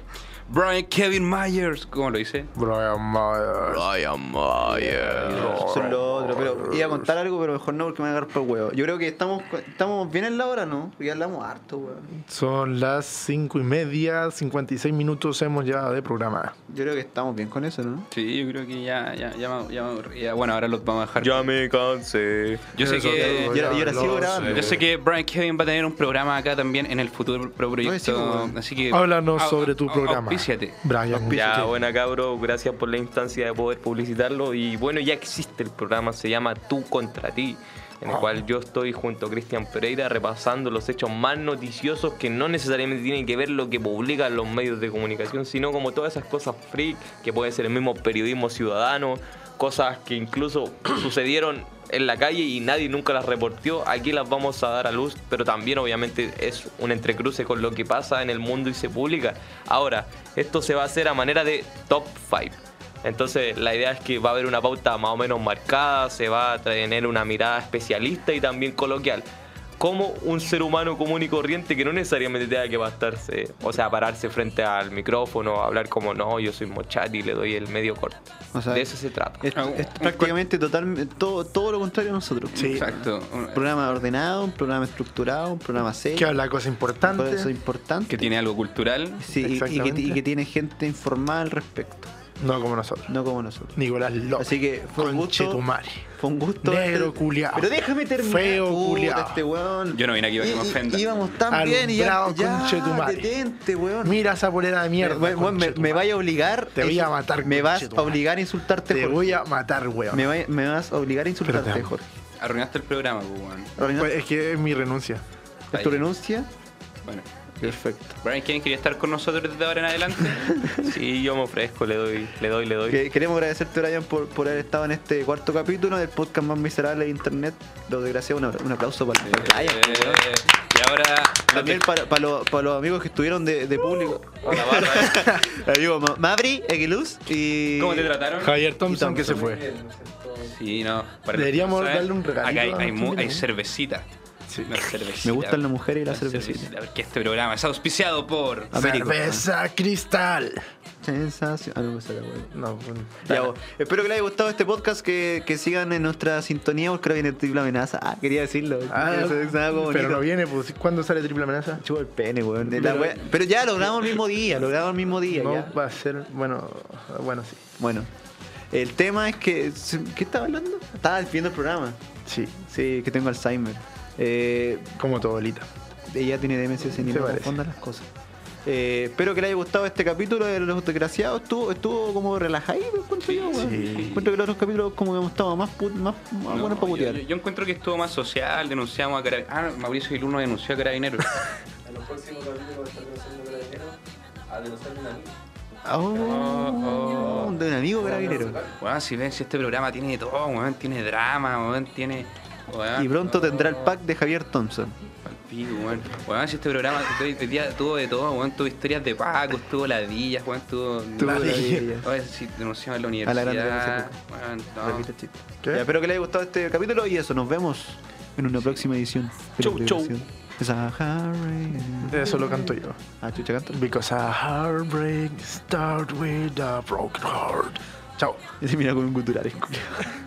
Brian Kevin Myers, ¿cómo lo dice?
Brian Myers.
Brian Myers.
Eso es lo otro, pero iba a contar algo, pero mejor no porque me van a agarrar por el huevo. Yo creo que estamos, estamos bien en la hora, ¿no? Porque hablamos harto, weón.
Son las 5 y media, 56 minutos hemos ya de programa.
Yo creo que estamos bien con eso, ¿no?
Sí, yo creo que ya, ya, ya, me- ya me aburrí. Ya, Bueno, ahora los vamos a dejar.
Ya me cansé.
Yo sé
Eso,
que.
yo- ahora
lo
sigo
sé.
grabando.
Yo sé que Brian Kevin va a tener un programa acá también en el futuro pro
Ay, sí,
proyecto.
bueno.
Así que.
pues, Háblanos
au-
sobre tu
au-
programa.
Auspíciate.
Brian.
Ya, buena cabro, gracias por la instancia de poder publicitarlo y bueno, ya existe el programa, se llama Tú contra ti, en el cual yo estoy junto a Cristian Pereira repasando los hechos más noticiosos que no necesariamente tienen que ver lo que publican los medios de comunicación, sino como todas esas cosas freak, que puede ser el mismo periodismo ciudadano, cosas que incluso (clears throat) sucedieron en la calle y nadie nunca las reportó, aquí las vamos a dar a luz, pero también obviamente es un entrecruce con lo que pasa en el mundo y se publica. Ahora, esto se va a hacer a manera de top 5. Entonces la idea es que va a haber una pauta más o menos marcada, se va a tener una mirada especialista y también coloquial. Como un ser humano común y corriente que no necesariamente tenga que bastarse, o sea, pararse frente al micrófono, hablar como no, yo soy mochati y le doy el medio corte.
O sea,
de eso se trata.
Es, es prácticamente total, todo, todo lo contrario a nosotros.
Sí.
Exacto.
Un programa ordenado, un programa estructurado, un programa serio.
Que habla cosas
Todo
importantes.
eso es importante.
Que tiene algo cultural.
Sí, y- y, que,
Exactamente.
y que tiene gente informada al respecto,
No como nosotros.
no como nosotros.
Nicolás López.
Así que fue un gusto.
Conchetumare.
Fue un gusto. este-
Negro culiao.
Pero déjame terminar.
Feo
puta,
culiao.
Este weón.
Yo no vine aquí para que me
I- i-
ofendan.
Íbamos tan bien y ya.
Alumbrado,
ya
conchetumare.
detente, weón.
Mira esa polera de mierda.
Me- weón, me, me
conchetumare.
vaya a obligar.
Te voy a matar,
Me vas a
conchetumare.
obligar a insultarte,
Te
Jorge.
voy a matar, weón.
Me, vaya- me vas a obligar a
Pero te
insultarte,
amo.
Jorge.
Arruinaste el programa, pues, bueno.
Arruinaste
Pues es que es mi renuncia.
tu renuncia.
Bueno.
Perfecto.
Brian Kevin quería estar con nosotros desde ahora en
(laughs)
adelante.
Sí, yo me ofrezco, le doy, le doy, le doy.
Que- queremos agradecerte, Brian, por, por haber estado en este cuarto capítulo del podcast más miserable de internet. Los desgraciados, un, abra- un aplauso para, para Brian.
Eh, y ahora.
También para, para los- para los amigos que estuvieron de, de público.
Hola, barra.
Uh.
Amigos, Ma- Mabri, Eguiluz y.
¿Cómo te trataron?
Javier Thompson que se fue.
Bien, no sé, todo.
Sí, no. para-
Deberíamos
¿sabes?
darle un regalito
Acá hay,
a este
hay, mu-
Chile,
hay
¿no?
cervecita. Una cervecita.
Me gustan las mujeres y la
Una
cervecita.
Porque este programa es auspiciado por.
Américo.
Cerveza cristal.
Sensación. Ah, no me sale, güey.
No, bueno.
Ya, vos. Espero que les haya gustado este podcast, que, que sigan en nuestra sintonía, porque ahora viene triple amenaza. Ah, quería decirlo.
Ah,
Eso es algo
pero
bonito.
no viene, pues. ¿Cuándo sale Triple Amenaza?
Chupa el pene, weón. La
Pero-
wea- Pero ya lo grabamos el mismo día, lo grabamos el mismo día.
No
ya.
va a ser. Bueno, bueno, sí.
Bueno, el tema es que. ¿Qué estaba hablando? Estaba viendo el programa.
Sí.
Sí, que tengo Alzheimer. Eh,
Como tu abuelita.
ella tiene demencia sin
Se
no
parece.
confundan las cosas. Eh, espero que les haya gustado este capítulo de Los Desgraciados. Estuvo, estuvo como relajadito, encuentro yo, weón. Encuentro que los otros capítulos como que hemos estado más, put- más, más
No,
buenos para
yo-
putear.
Yo, yo encuentro que estuvo más social, denunciamos a Carabineros. Ah, Mauricio Giluno denunció a
(laughs)
Carabineros.
A los próximos capítulos estaré haciendo carabinero a denunciar un amigo.
Ah, oh,
oh.
De un amigo carabinero.
Weón, si ven, si este programa tiene de todo, weón, tiene drama, weón, tiene. weón,
Y pronto tendrá el
no,
pack de Javier Thompson.
pal pico, weón. Weón, si este programa hoy hoy día tuvo de todo, weón, tuvo historias de Paco, tuvo ladillas, weón, tuvo.
Tuvo ladillas.
Oye, si denunciamos a la
A la
universidad.
grande gracia,
weón, no.
Repite el chiste.
¿Qué?
Ya, espero que les haya gustado este capítulo y eso, nos vemos en una próxima edición. de
Chau,
la
chau.
Federación. Sahara.
Eso lo canto yo.
Ah, chucha, canta.
Because a heartbreak start with a broken heart. Chao.
Y se mira con un gutural, es culiao.